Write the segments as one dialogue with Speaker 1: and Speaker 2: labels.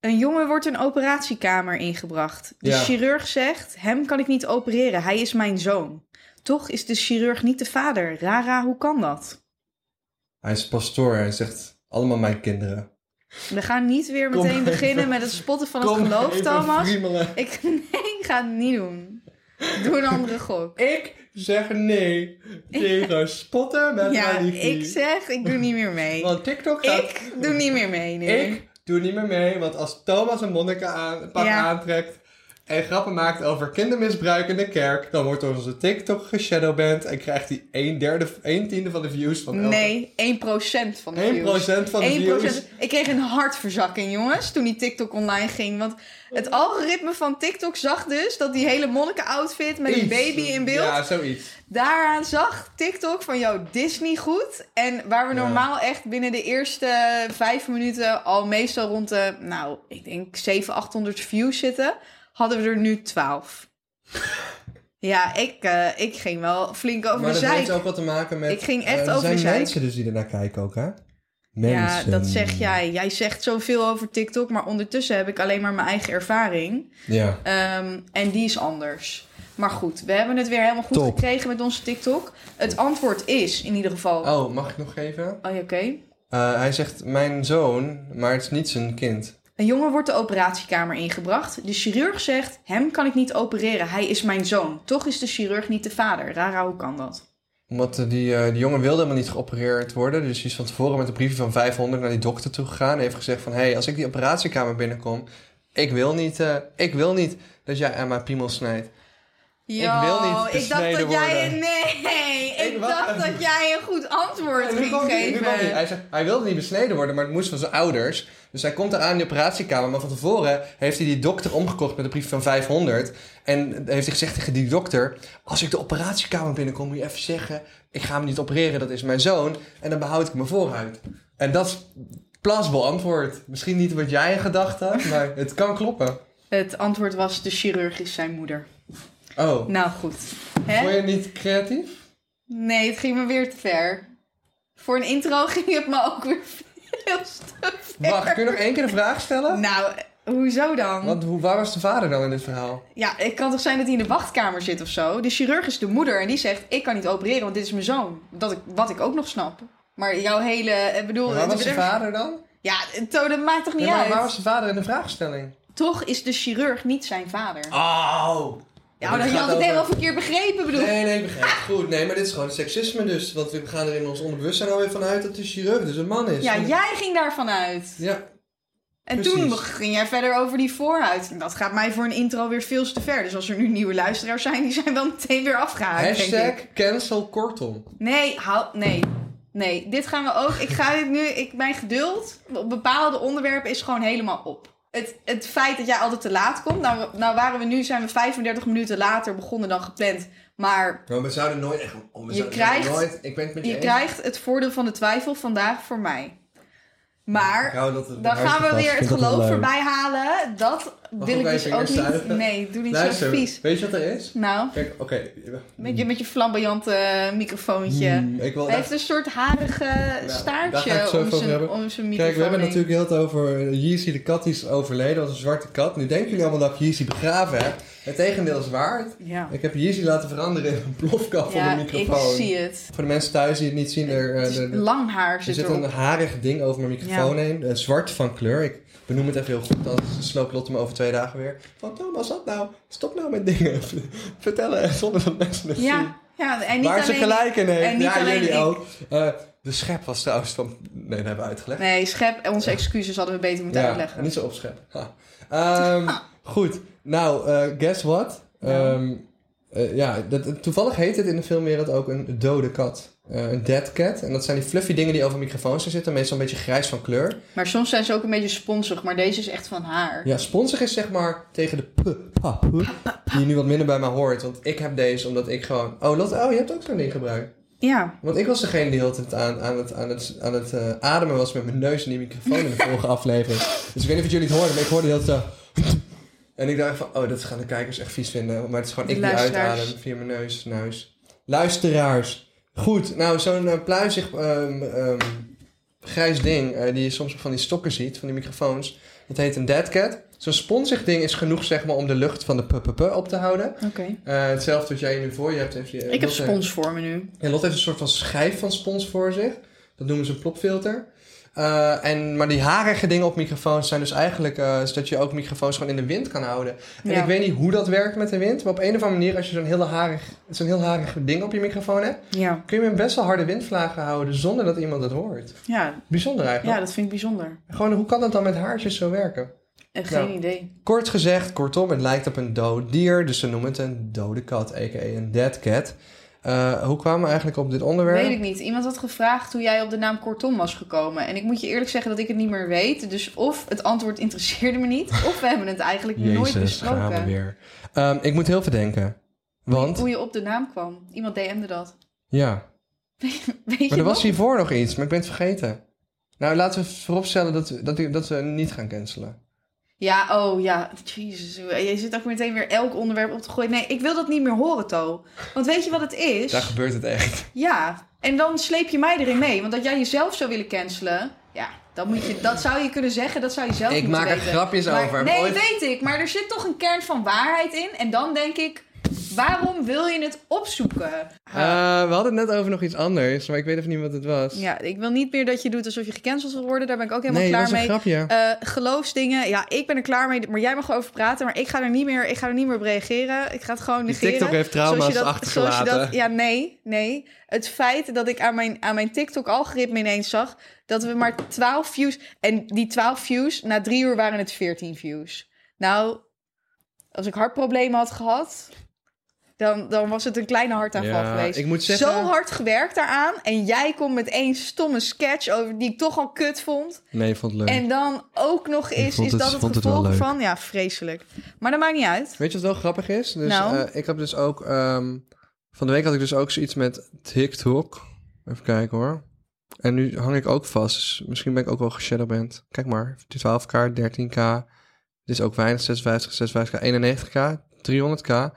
Speaker 1: Een jongen wordt een operatiekamer ingebracht. De
Speaker 2: Ja.
Speaker 1: chirurg zegt, hem kan ik niet opereren, hij is mijn zoon. Toch is de chirurg niet de vader. Rara, hoe kan dat?
Speaker 2: Hij is pastoor. Hij zegt, allemaal mijn kinderen.
Speaker 1: We gaan niet weer
Speaker 2: Kom
Speaker 1: meteen
Speaker 2: even.
Speaker 1: beginnen met het spotten van het
Speaker 2: Kom
Speaker 1: geloof,
Speaker 2: even
Speaker 1: Thomas.
Speaker 2: friemelen.
Speaker 1: Ik, nee, ik ga het niet doen. Doe een andere gok.
Speaker 2: Ik zeg nee tegen spotten met
Speaker 1: Ja,
Speaker 2: mijn liefie.
Speaker 1: ik zeg, ik doe niet meer mee.
Speaker 2: Want TikTok gaat...
Speaker 1: Ik doe niet meer mee nu.
Speaker 2: Ik doe niet meer mee, want als Thomas een monnikenpak
Speaker 1: Ja.
Speaker 2: aantrekt en grappen maakt over kindermisbruik in de kerk, dan wordt onze TikTok geshadowband en krijgt hij 1 derde, 1 tiende van de views van elke.
Speaker 1: Nee, 1% van de
Speaker 2: 1%
Speaker 1: views.
Speaker 2: van de
Speaker 1: 1%.
Speaker 2: views.
Speaker 1: Ik kreeg een hartverzakking, jongens, toen die TikTok online ging. Want het algoritme van TikTok zag dus dat die hele monniken-outfit met die
Speaker 2: Iets.
Speaker 1: baby in beeld...
Speaker 2: Ja, zoiets.
Speaker 1: Daaraan zag TikTok van jouw Disney goed. En waar we
Speaker 2: Ja.
Speaker 1: normaal echt binnen de eerste vijf minuten al meestal rond de, nou, ik denk 700, 800 views zitten, hadden we er nu 12. ja, ik, eh, ik ging wel flink over
Speaker 2: maar
Speaker 1: de
Speaker 2: dat heeft
Speaker 1: zij.
Speaker 2: ook wat te maken met...
Speaker 1: Ik ging echt
Speaker 2: eh,
Speaker 1: over
Speaker 2: Er
Speaker 1: de
Speaker 2: zijn
Speaker 1: zeik.
Speaker 2: mensen dus die ernaar kijken ook, hè?
Speaker 1: Ja,
Speaker 2: Mensen.
Speaker 1: dat zeg jij. Jij zegt zoveel over TikTok, maar ondertussen heb ik alleen maar mijn eigen ervaring.
Speaker 2: Ja.
Speaker 1: Ehm, en die is anders. Maar goed, we hebben het weer helemaal goed
Speaker 2: Top.
Speaker 1: gekregen met onze TikTok. Het antwoord is in ieder geval. Oh,
Speaker 2: Oh, mag ik nog geven?
Speaker 1: ja, oké.
Speaker 2: Eh, hij zegt mijn zoon, maar het is niet zijn kind.
Speaker 1: Een jongen wordt de operatiekamer ingebracht. De chirurg zegt: Hem kan ik niet opereren, hij is mijn zoon. Toch is de chirurg niet de vader. Rara, hoe kan dat?
Speaker 2: Omdat eh, die, eh, die jongen wilde helemaal niet geopereerd worden. Dus die is van tevoren met een briefje van 500 naar die dokter toe gegaan. En heeft gezegd van, hé, hey, als ik die operatiekamer binnenkom... Ik wil niet, eh, ik wil niet dat jij aan mijn piemel snijdt. Ik wil niet
Speaker 1: ik dacht
Speaker 2: besneden
Speaker 1: dat jij.
Speaker 2: worden.
Speaker 1: Nee, ik,
Speaker 2: Ik wou-
Speaker 1: dacht dat jij een goed antwoord
Speaker 2: Nu
Speaker 1: ging
Speaker 2: kwam hij- nu
Speaker 1: geven.
Speaker 2: kwam hij. Hij, zegt, hij wilde niet besneden worden, maar het moest van zijn ouders. Dus hij komt eraan in die operatiekamer. Maar van tevoren heeft hij die dokter omgekocht met een brief van 500. En heeft hij gezegd tegen die dokter... Als ik de operatiekamer binnenkom, moet je even zeggen... Ik ga hem niet opereren, dat is mijn zoon. En dan behoud ik me vooruit. En dat is plausible antwoord. Misschien niet wat jij in gedachten had, maar het kan kloppen.
Speaker 1: Het antwoord was: De chirurg is zijn moeder.
Speaker 2: Oh,
Speaker 1: Nou goed. Hè?
Speaker 2: vond je het niet creatief?
Speaker 1: Nee, het ging me weer te ver. Voor een intro ging het me ook weer veel te ver.
Speaker 2: Wacht, kun je nog één keer de vraag stellen?
Speaker 1: Nou, hoezo dan?
Speaker 2: Want hoe, waar was de vader dan in dit verhaal?
Speaker 1: Ja, het kan toch zijn dat hij in de wachtkamer zit of zo? De chirurg is de moeder en die zegt: Ik kan niet opereren, want dit is mijn zoon. Dat ik, wat ik ook nog snap. Maar jouw hele. Ik bedoel,
Speaker 2: Waar was de
Speaker 1: er-
Speaker 2: vader dan?
Speaker 1: Ja, to, dat maakt toch niet
Speaker 2: Nee, maar
Speaker 1: uit?
Speaker 2: waar was de vader in de vraagstelling?
Speaker 1: Toch is de chirurg niet zijn vader.
Speaker 2: Oh!
Speaker 1: ja, dan had je het helemaal verkeerd begrepen, bedoel.
Speaker 2: Nee, nee, ik begrijp het. Goed, nee, maar dit is gewoon seksisme dus. Want we gaan er in ons onderbewustzijn alweer vanuit dat de chirurg dus een man is.
Speaker 1: ja,
Speaker 2: Want-
Speaker 1: jij ging daarvan uit.
Speaker 2: Ja,
Speaker 1: En
Speaker 2: precies.
Speaker 1: toen ging jij verder over die vooruit. En dat gaat mij voor een intro weer veel te ver. Dus als er nu nieuwe luisteraars zijn, die zijn wel meteen weer afgehaakt. denk ik.
Speaker 2: hashtag cancel kortom.
Speaker 1: Nee, hou, nee. Nee, dit gaan we ook. Ik ga dit nu. Ik, mijn geduld op bepaalde onderwerpen is gewoon helemaal op. Het, het feit dat jij altijd te laat komt. Nou, we- nou waren we nu, zijn we 35 minuten later begonnen dan gepland. Maar
Speaker 2: Maar we zouden nooit echt... Oh, we
Speaker 1: Je
Speaker 2: zouden
Speaker 1: krijgt-
Speaker 2: Nooit, ik ben het met je,
Speaker 1: je
Speaker 2: eens.
Speaker 1: krijgt het voordeel van de twijfel vandaag voor mij.
Speaker 2: Ik
Speaker 1: Maar
Speaker 2: hou dat het
Speaker 1: dan
Speaker 2: een
Speaker 1: gaan we
Speaker 2: hartstikke
Speaker 1: weer het
Speaker 2: gast. Ik vind dat
Speaker 1: geloof
Speaker 2: wel leuk.
Speaker 1: erbij halen. Dat wil ik
Speaker 2: wij
Speaker 1: dus ook
Speaker 2: vingers
Speaker 1: niet.
Speaker 2: zuigen?
Speaker 1: Nee, doe niet
Speaker 2: Luister,
Speaker 1: zo vies.
Speaker 2: weet je wat er is?
Speaker 1: Nou,
Speaker 2: Kijk, oké.
Speaker 1: met je, met je flamboyante eh, microfoontje.
Speaker 2: Mm, ik wil
Speaker 1: Hij heeft een soort harige
Speaker 2: daar ga ik
Speaker 1: staartje
Speaker 2: zo
Speaker 1: om
Speaker 2: even over
Speaker 1: zijn,
Speaker 2: hebben.
Speaker 1: om zijn microfoon.
Speaker 2: Kijk, we hebben
Speaker 1: heen.
Speaker 2: natuurlijk heel het over eh, Yeezy de kat die is overleden als een zwarte kat. Nu denken jullie allemaal dat ik Yeezy begraven heb. Het tegendeel is waar.
Speaker 1: Ja,
Speaker 2: Ik heb Yeezy laten veranderen in een plofkap van
Speaker 1: ja
Speaker 2: de
Speaker 1: ik
Speaker 2: microfoon.
Speaker 1: zie het.
Speaker 2: Voor de mensen thuis die het niet zien, er, eh,
Speaker 1: Het is-
Speaker 2: er-
Speaker 1: lang haar
Speaker 2: er
Speaker 1: zit
Speaker 2: zit een
Speaker 1: erop.
Speaker 2: harig ding over mijn microfoon heen. eh, zwart van kleur. Ik benoem het even heel goed, anders sloopt Lotte me over twee dagen weer. Van Thomas, wat nou? Stop nou met dingen vertellen zonder dat mensen het zien.
Speaker 1: Ja, ja, en niet
Speaker 2: Waar ze
Speaker 1: alleen...
Speaker 2: gelijk in
Speaker 1: en
Speaker 2: heeft.
Speaker 1: niet
Speaker 2: Ja,
Speaker 1: alleen
Speaker 2: jullie
Speaker 1: ik.
Speaker 2: ook. Eh, de schep was trouwens van... Nee, dat hebben we uitgelegd.
Speaker 1: Nee, schep, onze excuses hadden we beter moeten uitleggen.
Speaker 2: Niet zo opscheppen. Ha. Ehm, goed, nou, eh, guess what?
Speaker 1: Nou.
Speaker 2: Ehm, eh, ja, dat, toevallig heet het in de filmwereld ook een dode kat. Eh, een dead cat. En dat zijn die fluffy dingen die over microfoons zitten. Meestal een beetje grijs van kleur.
Speaker 1: Maar soms zijn ze ook een beetje sponsig, maar deze is echt van haar.
Speaker 2: Ja, sponsig is zeg maar tegen de p, pa, p, Die je nu wat minder bij mij hoort. Want ik heb deze omdat ik gewoon... Oh, Lotte, oh, je hebt ook zo'n ding gebruikt.
Speaker 1: Ja,
Speaker 2: Want ik was degene die altijd aan, aan het, aan het, aan het eh, ademen was met mijn neus in die microfoon in de vorige aflevering. Dus ik weet niet of jullie het hoorden, maar ik hoorde dat zo. En ik dacht van, oh, dat gaan de kijkers echt vies vinden. Maar het is gewoon
Speaker 1: De
Speaker 2: ik die
Speaker 1: luisteraars.
Speaker 2: uitadem via mijn neus, neus. Luisteraars. Goed, nou, zo'n eh, pluizig ehm, ehm, grijs ding eh, die je soms op van die stokken ziet, van die microfoons. Dat heet een dead cat. Zo'n sponsig ding is genoeg zeg maar, om de lucht van de p op te houden.
Speaker 1: Oké.
Speaker 2: Eh, hetzelfde wat jij nu voor je hebt. Heeft je, eh,
Speaker 1: Ik heb
Speaker 2: Lotte-
Speaker 1: spons voor me nu.
Speaker 2: en Lot heeft een soort van schijf van spons voor zich. Dat noemen ze een plopfilter. Eh, en, maar die harige dingen op microfoons zijn dus eigenlijk... eh, zodat je ook microfoons gewoon in de wind kan houden. En
Speaker 1: Ja.
Speaker 2: ik weet niet hoe dat werkt met de wind. Maar op een of andere manier, als je zo'n heel harig, zo'n heel harig ding op je microfoon hebt...
Speaker 1: Ja.
Speaker 2: kun je hem best wel harde windvlagen houden zonder dat iemand het hoort.
Speaker 1: Ja.
Speaker 2: Bijzonder
Speaker 1: ja,
Speaker 2: eigenlijk.
Speaker 1: dat vind ik bijzonder.
Speaker 2: Gewoon, hoe kan dat dan met haartjes zo werken?
Speaker 1: Echt
Speaker 2: Ja.
Speaker 1: geen idee.
Speaker 2: Kort gezegd, kortom, het lijkt op een dood dier. Dus ze noemen het een dode kat, a.k.a. een dead cat. Eh, hoe kwamen we eigenlijk op dit onderwerp?
Speaker 1: Weet ik niet. Iemand had gevraagd hoe jij op de naam Kortom was gekomen. En ik moet je eerlijk zeggen dat ik het niet meer weet. Dus of het antwoord interesseerde me niet, of we hebben het eigenlijk nooit
Speaker 2: gaan we
Speaker 1: besproken.
Speaker 2: weer. Ehm, ik moet heel veel denken. Want,
Speaker 1: Hoe je op de naam kwam. Iemand DM'de dat.
Speaker 2: ja.
Speaker 1: Weet
Speaker 2: Maar
Speaker 1: je
Speaker 2: er
Speaker 1: nog?
Speaker 2: was hiervoor nog iets, maar ik ben het vergeten. Nou, laten we vooropstellen dat, we- dat, we- dat we niet gaan cancelen.
Speaker 1: Ja, oh ja. Jezus, jij zit ook meteen weer elk onderwerp op te gooien. Nee, ik wil dat niet meer horen, To. Want weet je wat het is?
Speaker 2: Daar gebeurt het echt.
Speaker 1: Ja, en dan sleep je mij erin mee. Want dat jij jezelf zou willen cancelen... Ja, dat, moet je, dat zou je kunnen zeggen. Dat zou je zelf
Speaker 2: Ik
Speaker 1: moeten
Speaker 2: maak er
Speaker 1: weten.
Speaker 2: grapjes
Speaker 1: Maar-
Speaker 2: over.
Speaker 1: Nee,
Speaker 2: Ooit-
Speaker 1: weet ik. Maar er zit toch een kern van waarheid in. En dan denk ik... Waarom wil je het opzoeken?
Speaker 2: Eh, we hadden het net over nog iets anders, maar ik weet even niet wat het was.
Speaker 1: ja, ik wil niet meer dat je doet alsof je gecanceld wil worden. Daar ben ik ook helemaal
Speaker 2: nee, dat
Speaker 1: klaar
Speaker 2: was een
Speaker 1: mee.
Speaker 2: grapje.
Speaker 1: Eh, geloofsdingen, ja, ik ben er klaar mee. Maar jij mag erover praten, maar ik ga er niet meer, ik ga er niet meer op reageren. Ik ga het gewoon
Speaker 2: Die
Speaker 1: negeren.
Speaker 2: TikTok heeft trauma's
Speaker 1: Zoals je dat-
Speaker 2: achtergelaten.
Speaker 1: zoals je dat- ja, nee, nee. Het feit dat ik aan mijn, aan mijn TikTok-algoritme ineens zag... dat we maar 12 views... En die 12 views, na drie uur waren het 14 views. Nou, als ik hartproblemen had gehad... Dan, dan was het een kleine hartaanval
Speaker 2: Ja,
Speaker 1: geweest.
Speaker 2: ik moet zeggen-
Speaker 1: Zo hard gewerkt daaraan. En jij komt met één stomme sketch over die ik toch al kut vond.
Speaker 2: Nee, ik vond het leuk.
Speaker 1: En dan ook nog eens,
Speaker 2: vond
Speaker 1: is
Speaker 2: het-
Speaker 1: dat het
Speaker 2: vond het wel
Speaker 1: gevolg
Speaker 2: leuk.
Speaker 1: van... Ja, vreselijk. Maar dat maakt niet uit.
Speaker 2: Weet je wat wel grappig is? Dus,
Speaker 1: Nou?
Speaker 2: eh, ik heb dus ook... ehm, van de week had ik dus ook zoiets met TikTok. Even kijken hoor. En nu hang ik ook vast. Dus misschien ben ik ook wel geshadowband. Kijk maar. 12k, 13k. Dit is ook weinig. 56, 56k, 91k, 300k.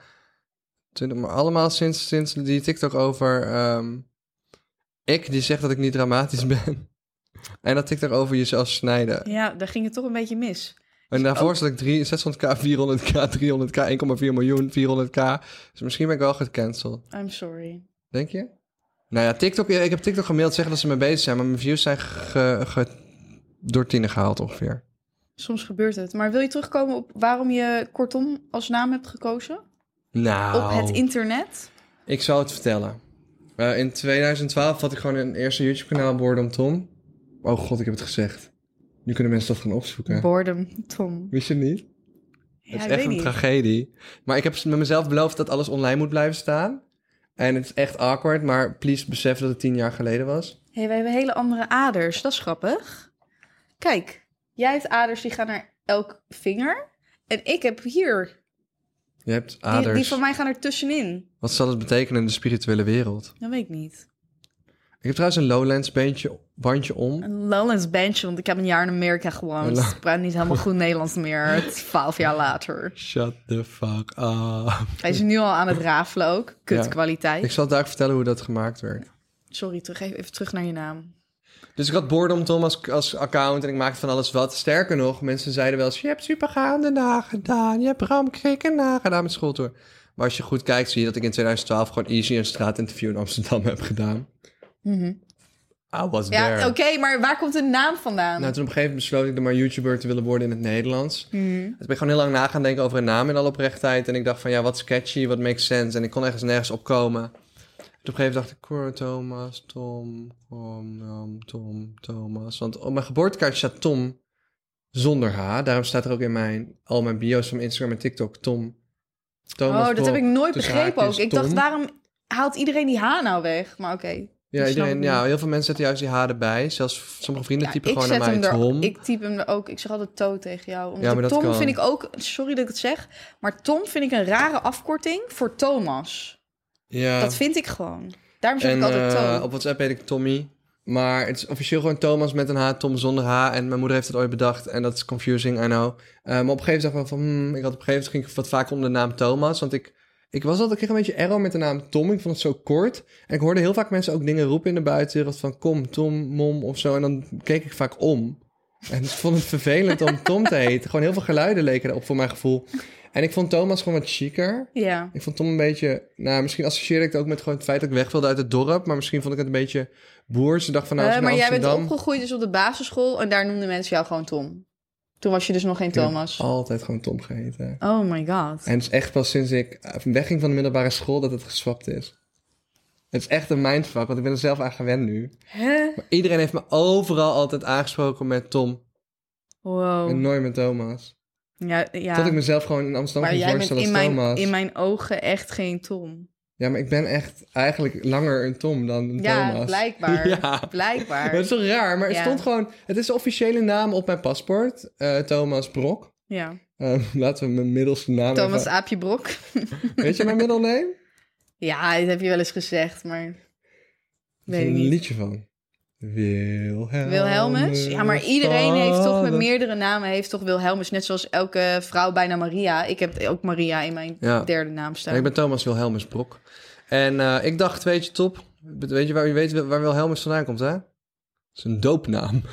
Speaker 2: 20, maar allemaal sinds, sinds die TikTok over... ehm, ik die zegt dat ik niet dramatisch ben. En dat TikTok over jezelf snijden.
Speaker 1: Ja, daar ging het toch een beetje mis.
Speaker 2: En daarvoor zat ik drie- 600k, 400k, 300k, 1,4 miljoen, 400k. Dus misschien ben ik wel gecanceld.
Speaker 1: I'm sorry.
Speaker 2: Denk je? Nou ja, TikTok, ik heb TikTok gemaild zeggen dat ze mee bezig zijn, maar mijn views zijn ge, ge- door tienen gehaald ongeveer.
Speaker 1: Soms gebeurt het. Maar wil je terugkomen op waarom je kortom als naam hebt gekozen?
Speaker 2: Nou,
Speaker 1: Op het internet?
Speaker 2: ik zal het vertellen. Eh, in 2012 had ik gewoon een eerste YouTube-kanaal, Boredom Tom. Oh god, ik heb het gezegd. Nu kunnen mensen dat gaan opzoeken.
Speaker 1: Boredom Tom.
Speaker 2: Wist je het niet?
Speaker 1: Ja,
Speaker 2: het
Speaker 1: ik
Speaker 2: is echt
Speaker 1: weet
Speaker 2: een
Speaker 1: niet.
Speaker 2: tragedie. Maar ik heb met mezelf beloofd dat alles online moet blijven staan. En het is echt awkward, maar please besef dat het tien jaar geleden was.
Speaker 1: hey, wij hebben hele andere aders. Dat is grappig. Kijk, jij hebt aders die gaan naar elk vinger. En ik heb hier.
Speaker 2: Je hebt
Speaker 1: Die,
Speaker 2: aders.
Speaker 1: die van mij gaan er tussenin.
Speaker 2: Wat zal het betekenen in de spirituele wereld?
Speaker 1: Dat weet ik niet.
Speaker 2: Ik heb trouwens een Lowlands bandje, bandje om.
Speaker 1: Een Lowlands bandje, want ik heb een jaar in Amerika gewoond.
Speaker 2: Een
Speaker 1: Dus
Speaker 2: lo-
Speaker 1: ik praat niet helemaal goed Nederlands meer. Het is twaalf jaar later.
Speaker 2: Shut the fuck up.
Speaker 1: Hij is nu al aan het rafelen ook.
Speaker 2: Ik
Speaker 1: Kutkwaliteit.
Speaker 2: zal daar vertellen hoe dat gemaakt werd.
Speaker 1: Sorry, terug, even terug naar je naam.
Speaker 2: Dus ik had Boredom Tom als, als account en ik maakte van alles wat. Sterker nog, mensen zeiden wel eens... Je hebt supergaande nagedaan, je hebt Bram Krikken nagedaan met schooltour. Maar als je goed kijkt, zie je dat ik in 2012 gewoon easy een straatinterview in Amsterdam heb gedaan. I was
Speaker 1: Ja,
Speaker 2: there.
Speaker 1: oké, maar waar komt de naam vandaan?
Speaker 2: Nou, toen op een gegeven moment besloot ik er maar YouTuber te willen worden in het Nederlands.
Speaker 1: Mhm.
Speaker 2: Toen ben ik gewoon heel lang na gaan denken over een naam in alle oprechtheid. En ik dacht van, ja, wat sketchy, wat makes sense. En ik kon ergens nergens opkomen. Toen op een gegeven moment dacht ik, Cor, Thomas, Tom, Tom, Tom, Tom, Thomas. Want op mijn geboortekaartje staat Tom zonder H. Daarom staat er ook in mijn, al mijn bio's van Instagram en TikTok, Tom. Thomas
Speaker 1: oh, dat
Speaker 2: Blok,
Speaker 1: heb ik nooit
Speaker 2: tussen
Speaker 1: begrepen ook.
Speaker 2: haakjes,
Speaker 1: Ik
Speaker 2: Tom.
Speaker 1: dacht, waarom haalt iedereen die H nou weg? Maar oké.
Speaker 2: Ja,
Speaker 1: ik snap
Speaker 2: iedereen,
Speaker 1: het
Speaker 2: ja, heel veel mensen zetten juist die H erbij. Zelfs sommige vrienden
Speaker 1: Ja,
Speaker 2: typen
Speaker 1: ik
Speaker 2: gewoon naar
Speaker 1: zet
Speaker 2: mij
Speaker 1: hem
Speaker 2: Tom.
Speaker 1: er, ik typ hem er ook. Ik zeg altijd To tegen jou. Omdat
Speaker 2: Ja, maar
Speaker 1: ik
Speaker 2: dat
Speaker 1: Tom
Speaker 2: kan.
Speaker 1: vind ik ook, sorry dat ik het zeg, maar Tom vind ik een rare afkorting voor Thomas.
Speaker 2: Ja.
Speaker 1: Dat vind ik gewoon. Daarom zeg
Speaker 2: En
Speaker 1: ik altijd
Speaker 2: eh,
Speaker 1: To.
Speaker 2: op WhatsApp heet ik Tommy. Maar het is officieel gewoon Thomas met een H, Tom zonder H. En mijn moeder heeft het ooit bedacht. En dat is confusing, I know. Eh, maar op een gegeven moment dacht ik wel van... hmm, ik had op een gegeven moment ging ik wat vaak om de naam Thomas. Want ik, ik was altijd... Ik kreeg een beetje error met de naam Tom. Ik vond het zo kort. En ik hoorde heel vaak mensen ook dingen roepen in de buitenwereld. Van kom, Tom, mom of zo. En dan keek ik vaak om. En ik vond het vervelend om Tom te heten. Gewoon heel veel geluiden leken erop voor mijn gevoel. En ik vond Thomas gewoon wat chiquer.
Speaker 1: Ja.
Speaker 2: Ik vond Tom een beetje... Nou, misschien associeer ik het ook met gewoon het feit dat ik weg wilde uit het dorp. Maar misschien vond ik het een beetje boers. Ik dacht van, nou,
Speaker 1: Eh,
Speaker 2: als ik
Speaker 1: maar
Speaker 2: naar
Speaker 1: jij bent
Speaker 2: Amsterdam...
Speaker 1: opgegroeid dus op de basisschool en daar noemden mensen jou gewoon Tom. Toen was je dus nog geen
Speaker 2: Ik heb
Speaker 1: Thomas.
Speaker 2: altijd gewoon Tom geheten.
Speaker 1: Oh my god.
Speaker 2: En het is echt pas sinds ik eh, wegging van de middelbare school dat het geswapt is. Het is echt een mindfuck, want ik ben er zelf aan gewend nu.
Speaker 1: Hè?
Speaker 2: Maar iedereen heeft me overal altijd aangesproken met Tom. En
Speaker 1: Wow.
Speaker 2: nooit met Thomas.
Speaker 1: Ja, ja.
Speaker 2: Tot ik mezelf gewoon in Amsterdam
Speaker 1: maar
Speaker 2: ging
Speaker 1: jij bent
Speaker 2: voorstellen
Speaker 1: in mijn,
Speaker 2: als Thomas.
Speaker 1: in mijn ogen echt geen Tom.
Speaker 2: Ja, maar ik ben echt eigenlijk langer een Tom dan een
Speaker 1: Ja,
Speaker 2: Thomas.
Speaker 1: blijkbaar.
Speaker 2: Ja. Maar
Speaker 1: Blijkbaar.
Speaker 2: dat is toch raar? Maar het
Speaker 1: Ja.
Speaker 2: stond gewoon... Het is de officiële naam op mijn paspoort. eh, Thomas Brok.
Speaker 1: Ja.
Speaker 2: Eh, laten we mijn middelste naam
Speaker 1: Thomas
Speaker 2: even-
Speaker 1: Aapje Brok.
Speaker 2: Weet je mijn middelnaam?
Speaker 1: Ja, dat heb je wel eens gezegd, maar...
Speaker 2: Er is
Speaker 1: Weet ik
Speaker 2: een
Speaker 1: niet.
Speaker 2: liedje van. Wilhelmus.
Speaker 1: Wilhelmus? Ja, maar iedereen heeft toch met
Speaker 2: vader.
Speaker 1: meerdere namen heeft toch Wilhelmus. Net zoals elke vrouw bijna Maria. Ik heb ook Maria in mijn
Speaker 2: Ja.
Speaker 1: derde naam
Speaker 2: Ja,
Speaker 1: staan.
Speaker 2: ik ben Thomas Wilhelmus Brok. En eh, ik dacht, weet je, top. Weet je waar, je weet waar Wilhelmus vandaan komt, hè? Dat is een doopnaam.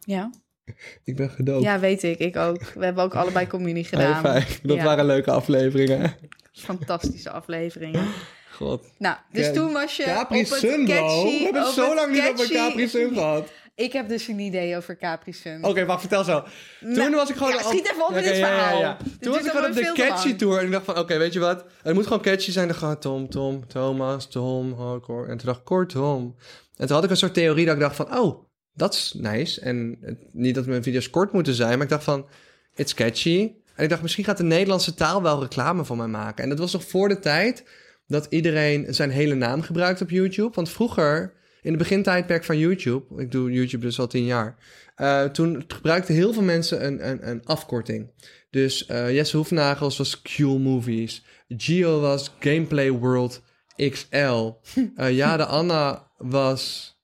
Speaker 1: ja.
Speaker 2: Ik ben gedoopt.
Speaker 1: ja, weet ik. Ik ook. We hebben ook allebei communie
Speaker 2: High
Speaker 1: gedaan.
Speaker 2: five. Dat
Speaker 1: Ja.
Speaker 2: waren leuke afleveringen.
Speaker 1: Fantastische afleveringen.
Speaker 2: God.
Speaker 1: Nou, dus
Speaker 2: Ja,
Speaker 1: toen was je
Speaker 2: Capri
Speaker 1: op het
Speaker 2: Sun,
Speaker 1: catchy...
Speaker 2: bro. We hebben
Speaker 1: op
Speaker 2: zo
Speaker 1: het
Speaker 2: lang niet over
Speaker 1: catchy-
Speaker 2: Capri Sun Oh, gehad. Oké,
Speaker 1: Ik heb dus een idee over Capri Sun.
Speaker 2: wacht, vertel zo. Toen
Speaker 1: Nou,
Speaker 2: was ik gewoon...
Speaker 1: ja,
Speaker 2: al-
Speaker 1: schiet even op met
Speaker 2: Oké,
Speaker 1: dit
Speaker 2: ja, ja,
Speaker 1: verhaal.
Speaker 2: ja.
Speaker 1: Dit
Speaker 2: Toen was
Speaker 1: duurt
Speaker 2: ik gewoon op
Speaker 1: allemaal
Speaker 2: de
Speaker 1: veel te
Speaker 2: catchy
Speaker 1: lang.
Speaker 2: tour. En ik dacht van, oké, weet je wat? Het moet gewoon catchy zijn. Dan gewoon Tom, Tom, Thomas, Tom, oh, Cor. En toen dacht ik, kortom. En toen had ik een soort theorie dat ik dacht van, oh, dat is nice. En het- niet dat mijn video's kort moeten zijn, maar ik dacht van, it's catchy. En ik dacht, misschien gaat de Nederlandse taal wel reclame van mij maken. En dat was nog voor de tijd dat iedereen zijn hele naam gebruikt op YouTube. Want vroeger, in het begintijdperk van YouTube, ik doe YouTube dus al tien jaar, eh, toen gebruikten heel veel mensen een, een, een afkorting. Dus eh, Jesse Hoefnagels was Q-Movies, Gio was Gameplay World XL, Eh, Jade Anna was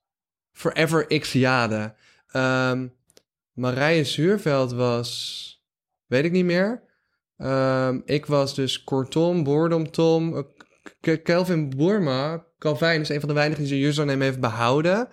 Speaker 2: Forever X Jade, Ehm Marije Zuurveld was, weet ik niet meer. Ehm, ik was dus Kortom, Boordom Tom, eh, K- Kelvin Boerma, Calvin is een van de weinigen die zijn username heeft behouden.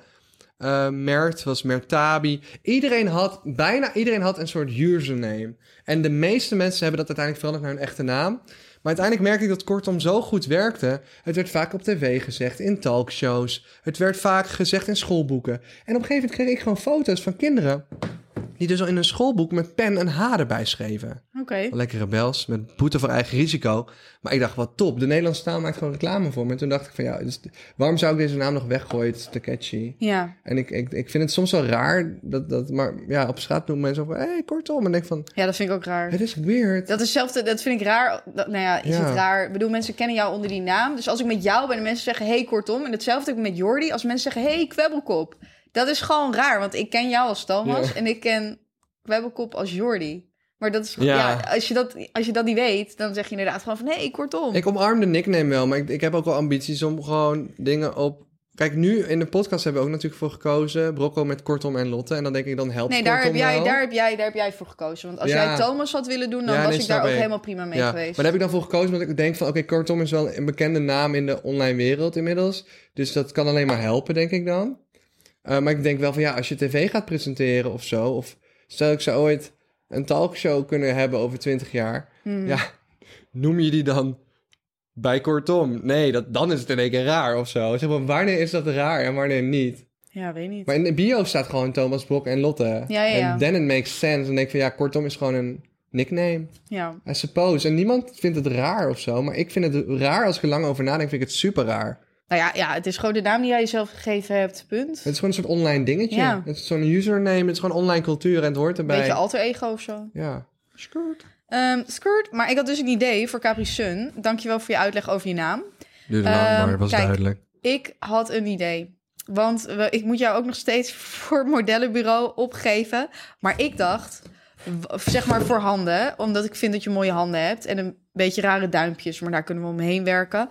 Speaker 2: Eh, Mert was Mertabi. Iedereen had, bijna iedereen had een soort username. En de meeste mensen hebben dat uiteindelijk veranderd naar hun echte naam. Maar uiteindelijk merkte ik dat kortom zo goed werkte. Het werd vaak op tv gezegd, in talkshows. Het werd vaak gezegd in schoolboeken. En op een gegeven moment kreeg ik gewoon foto's van kinderen... die dus al in een schoolboek met pen een H erbij schreven.
Speaker 1: Oké.
Speaker 2: Lekkere bels, met boete voor eigen risico. Maar ik dacht, wat top. De Nederlandse taal maakt gewoon reclame voor me. En toen dacht ik van, ja, dus, waarom zou ik deze naam nog weggooien? Het is te catchy.
Speaker 1: Ja.
Speaker 2: En ik, ik, ik vind het soms wel raar, dat, dat, maar ja, op straat noemen mensen ook van, hey, kortom. En ik denk van,
Speaker 1: ja, dat vind ik ook raar.
Speaker 2: het is weird.
Speaker 1: Dat is hetzelfde, dat vind ik raar. Dat, nou ja, is
Speaker 2: Ja.
Speaker 1: het raar? Ik bedoel, mensen kennen jou onder die naam. Dus als ik met jou ben en mensen zeggen, hey, kortom. En hetzelfde ook met Jordi. Als mensen zeggen, hey, kwebbelkop. Dat is gewoon raar, want ik ken jou als Thomas.
Speaker 2: Ja.
Speaker 1: En ik ken kwebbelkop als Jordi. Maar dat is
Speaker 2: Ja.
Speaker 1: ja. als, je dat, als je dat niet weet, dan zeg je inderdaad gewoon van, hey, kortom.
Speaker 2: Ik omarm de nickname wel, maar ik, ik heb ook wel ambities om gewoon dingen op... Kijk, nu in de podcast hebben we ook natuurlijk voor gekozen. Brocco met Kortom en Lotte. En dan denk ik, dan helpt
Speaker 1: nee, daar heb,
Speaker 2: Kortom
Speaker 1: jij,
Speaker 2: wel.
Speaker 1: daar, heb jij, daar heb jij voor gekozen. Want als
Speaker 2: Ja.
Speaker 1: jij Thomas had willen doen, dan
Speaker 2: Ja,
Speaker 1: was
Speaker 2: nee,
Speaker 1: ik
Speaker 2: snap
Speaker 1: daar ook
Speaker 2: ik.
Speaker 1: helemaal prima mee
Speaker 2: ja,
Speaker 1: geweest.
Speaker 2: Maar daar heb ik dan voor gekozen, omdat ik denk van... Oké, Kortom is wel een bekende naam in de online wereld inmiddels. Dus dat kan alleen maar helpen, denk ik dan. Eh, maar ik denk wel van, ja, als je tv gaat presenteren of zo... Of stel ik zou ooit een talkshow kunnen hebben over 20 jaar...
Speaker 1: Hmm.
Speaker 2: Ja, noem je die dan bij kortom? Nee, dat, dan is het in één keer raar of zo. Zeg maar, wanneer is dat raar en wanneer niet?
Speaker 1: ja, weet niet.
Speaker 2: Maar in de bio staat gewoon Thomas Brok en Lotte.
Speaker 1: ja, ja.
Speaker 2: En then it makes sense. En dan denk ik van, ja, kortom is gewoon een nickname.
Speaker 1: Ja.
Speaker 2: I suppose. En niemand vindt het raar of zo. Maar ik vind het raar als ik er lang over nadenk, vind ik het super raar.
Speaker 1: Nou ja, ja, het is gewoon de naam die jij jezelf gegeven hebt, punt.
Speaker 2: Het is gewoon een soort online dingetje.
Speaker 1: Ja.
Speaker 2: Het is zo'n username, het is gewoon online cultuur en het hoort erbij.
Speaker 1: Beetje alter ego of zo.
Speaker 2: Ja. Skirt.
Speaker 1: Ehm, skirt, maar ik had dus een idee voor Capri Sun. Dankjewel voor je uitleg over je naam.
Speaker 2: Duurde
Speaker 1: lang, Ehm, maar was kijk.
Speaker 2: duidelijk.
Speaker 1: Ik had een idee. Want we- ik moet jou ook nog steeds voor het modellenbureau opgeven. Maar ik dacht, w- of zeg maar voor handen. Omdat ik vind dat je mooie handen hebt. En een beetje rare duimpjes, maar daar kunnen we omheen werken.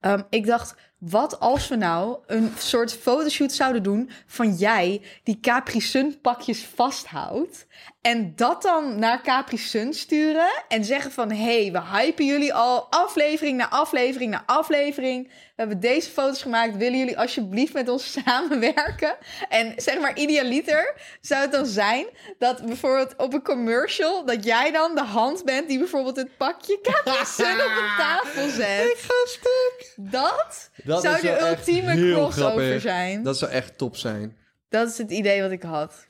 Speaker 1: Ehm, ik dacht, Wat als we nou een soort fotoshoot zouden doen van jij die Capri Sun pakjes vasthoudt en dat dan naar Capri Sun sturen en zeggen van hé, hey, we hypen jullie al aflevering na aflevering na aflevering. We hebben deze foto's gemaakt, willen jullie alsjeblieft met ons samenwerken? En zeg maar idealiter zou het dan zijn dat bijvoorbeeld op een commercial dat jij dan de hand bent die bijvoorbeeld het pakje Capri Sun op een
Speaker 2: Ah.
Speaker 1: tafel zet.
Speaker 2: ga stuk.
Speaker 1: Dat,
Speaker 2: Dat
Speaker 1: zou
Speaker 2: is wel
Speaker 1: de
Speaker 2: echt
Speaker 1: ultieme
Speaker 2: heel
Speaker 1: crossover
Speaker 2: grappig.
Speaker 1: zijn. Dat...
Speaker 2: Dat zou echt top zijn.
Speaker 1: is het idee wat ik had.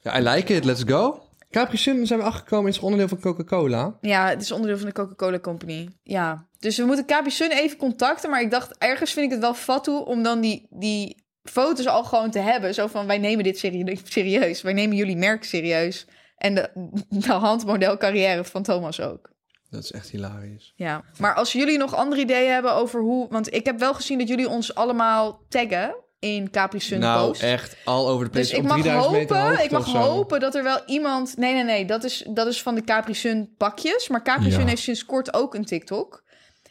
Speaker 2: Ja, I like it. Let's go. Capri Sun zijn we aangekomen is onderdeel van Coca-Cola.
Speaker 1: Ja, het is onderdeel van de Coca-Cola Company. Ja. Dus we moeten Capri Sun even contacten. Maar ik dacht, ergens vind ik het wel fat toe om dan die, die foto's al gewoon te hebben. Zo van, wij nemen dit serie- serieus. Wij nemen jullie merk serieus. En de, de handmodelcarrière van Thomas ook.
Speaker 2: Dat is echt hilarisch.
Speaker 1: Ja, maar als jullie nog andere ideeën hebben over hoe... Want ik heb wel gezien dat jullie ons allemaal taggen in Capri Sun
Speaker 2: nou,
Speaker 1: posts.
Speaker 2: echt al over de place.
Speaker 1: Dus ik
Speaker 2: op
Speaker 1: mag
Speaker 2: 3000 meter
Speaker 1: hopen,
Speaker 2: hoogte
Speaker 1: ik mag
Speaker 2: of zo.
Speaker 1: hopen dat er wel iemand. Nee, nee, nee, dat is, dat is van de Capri Sun pakjes. Maar Capri Sun
Speaker 2: Ja.
Speaker 1: heeft sinds kort ook een TikTok.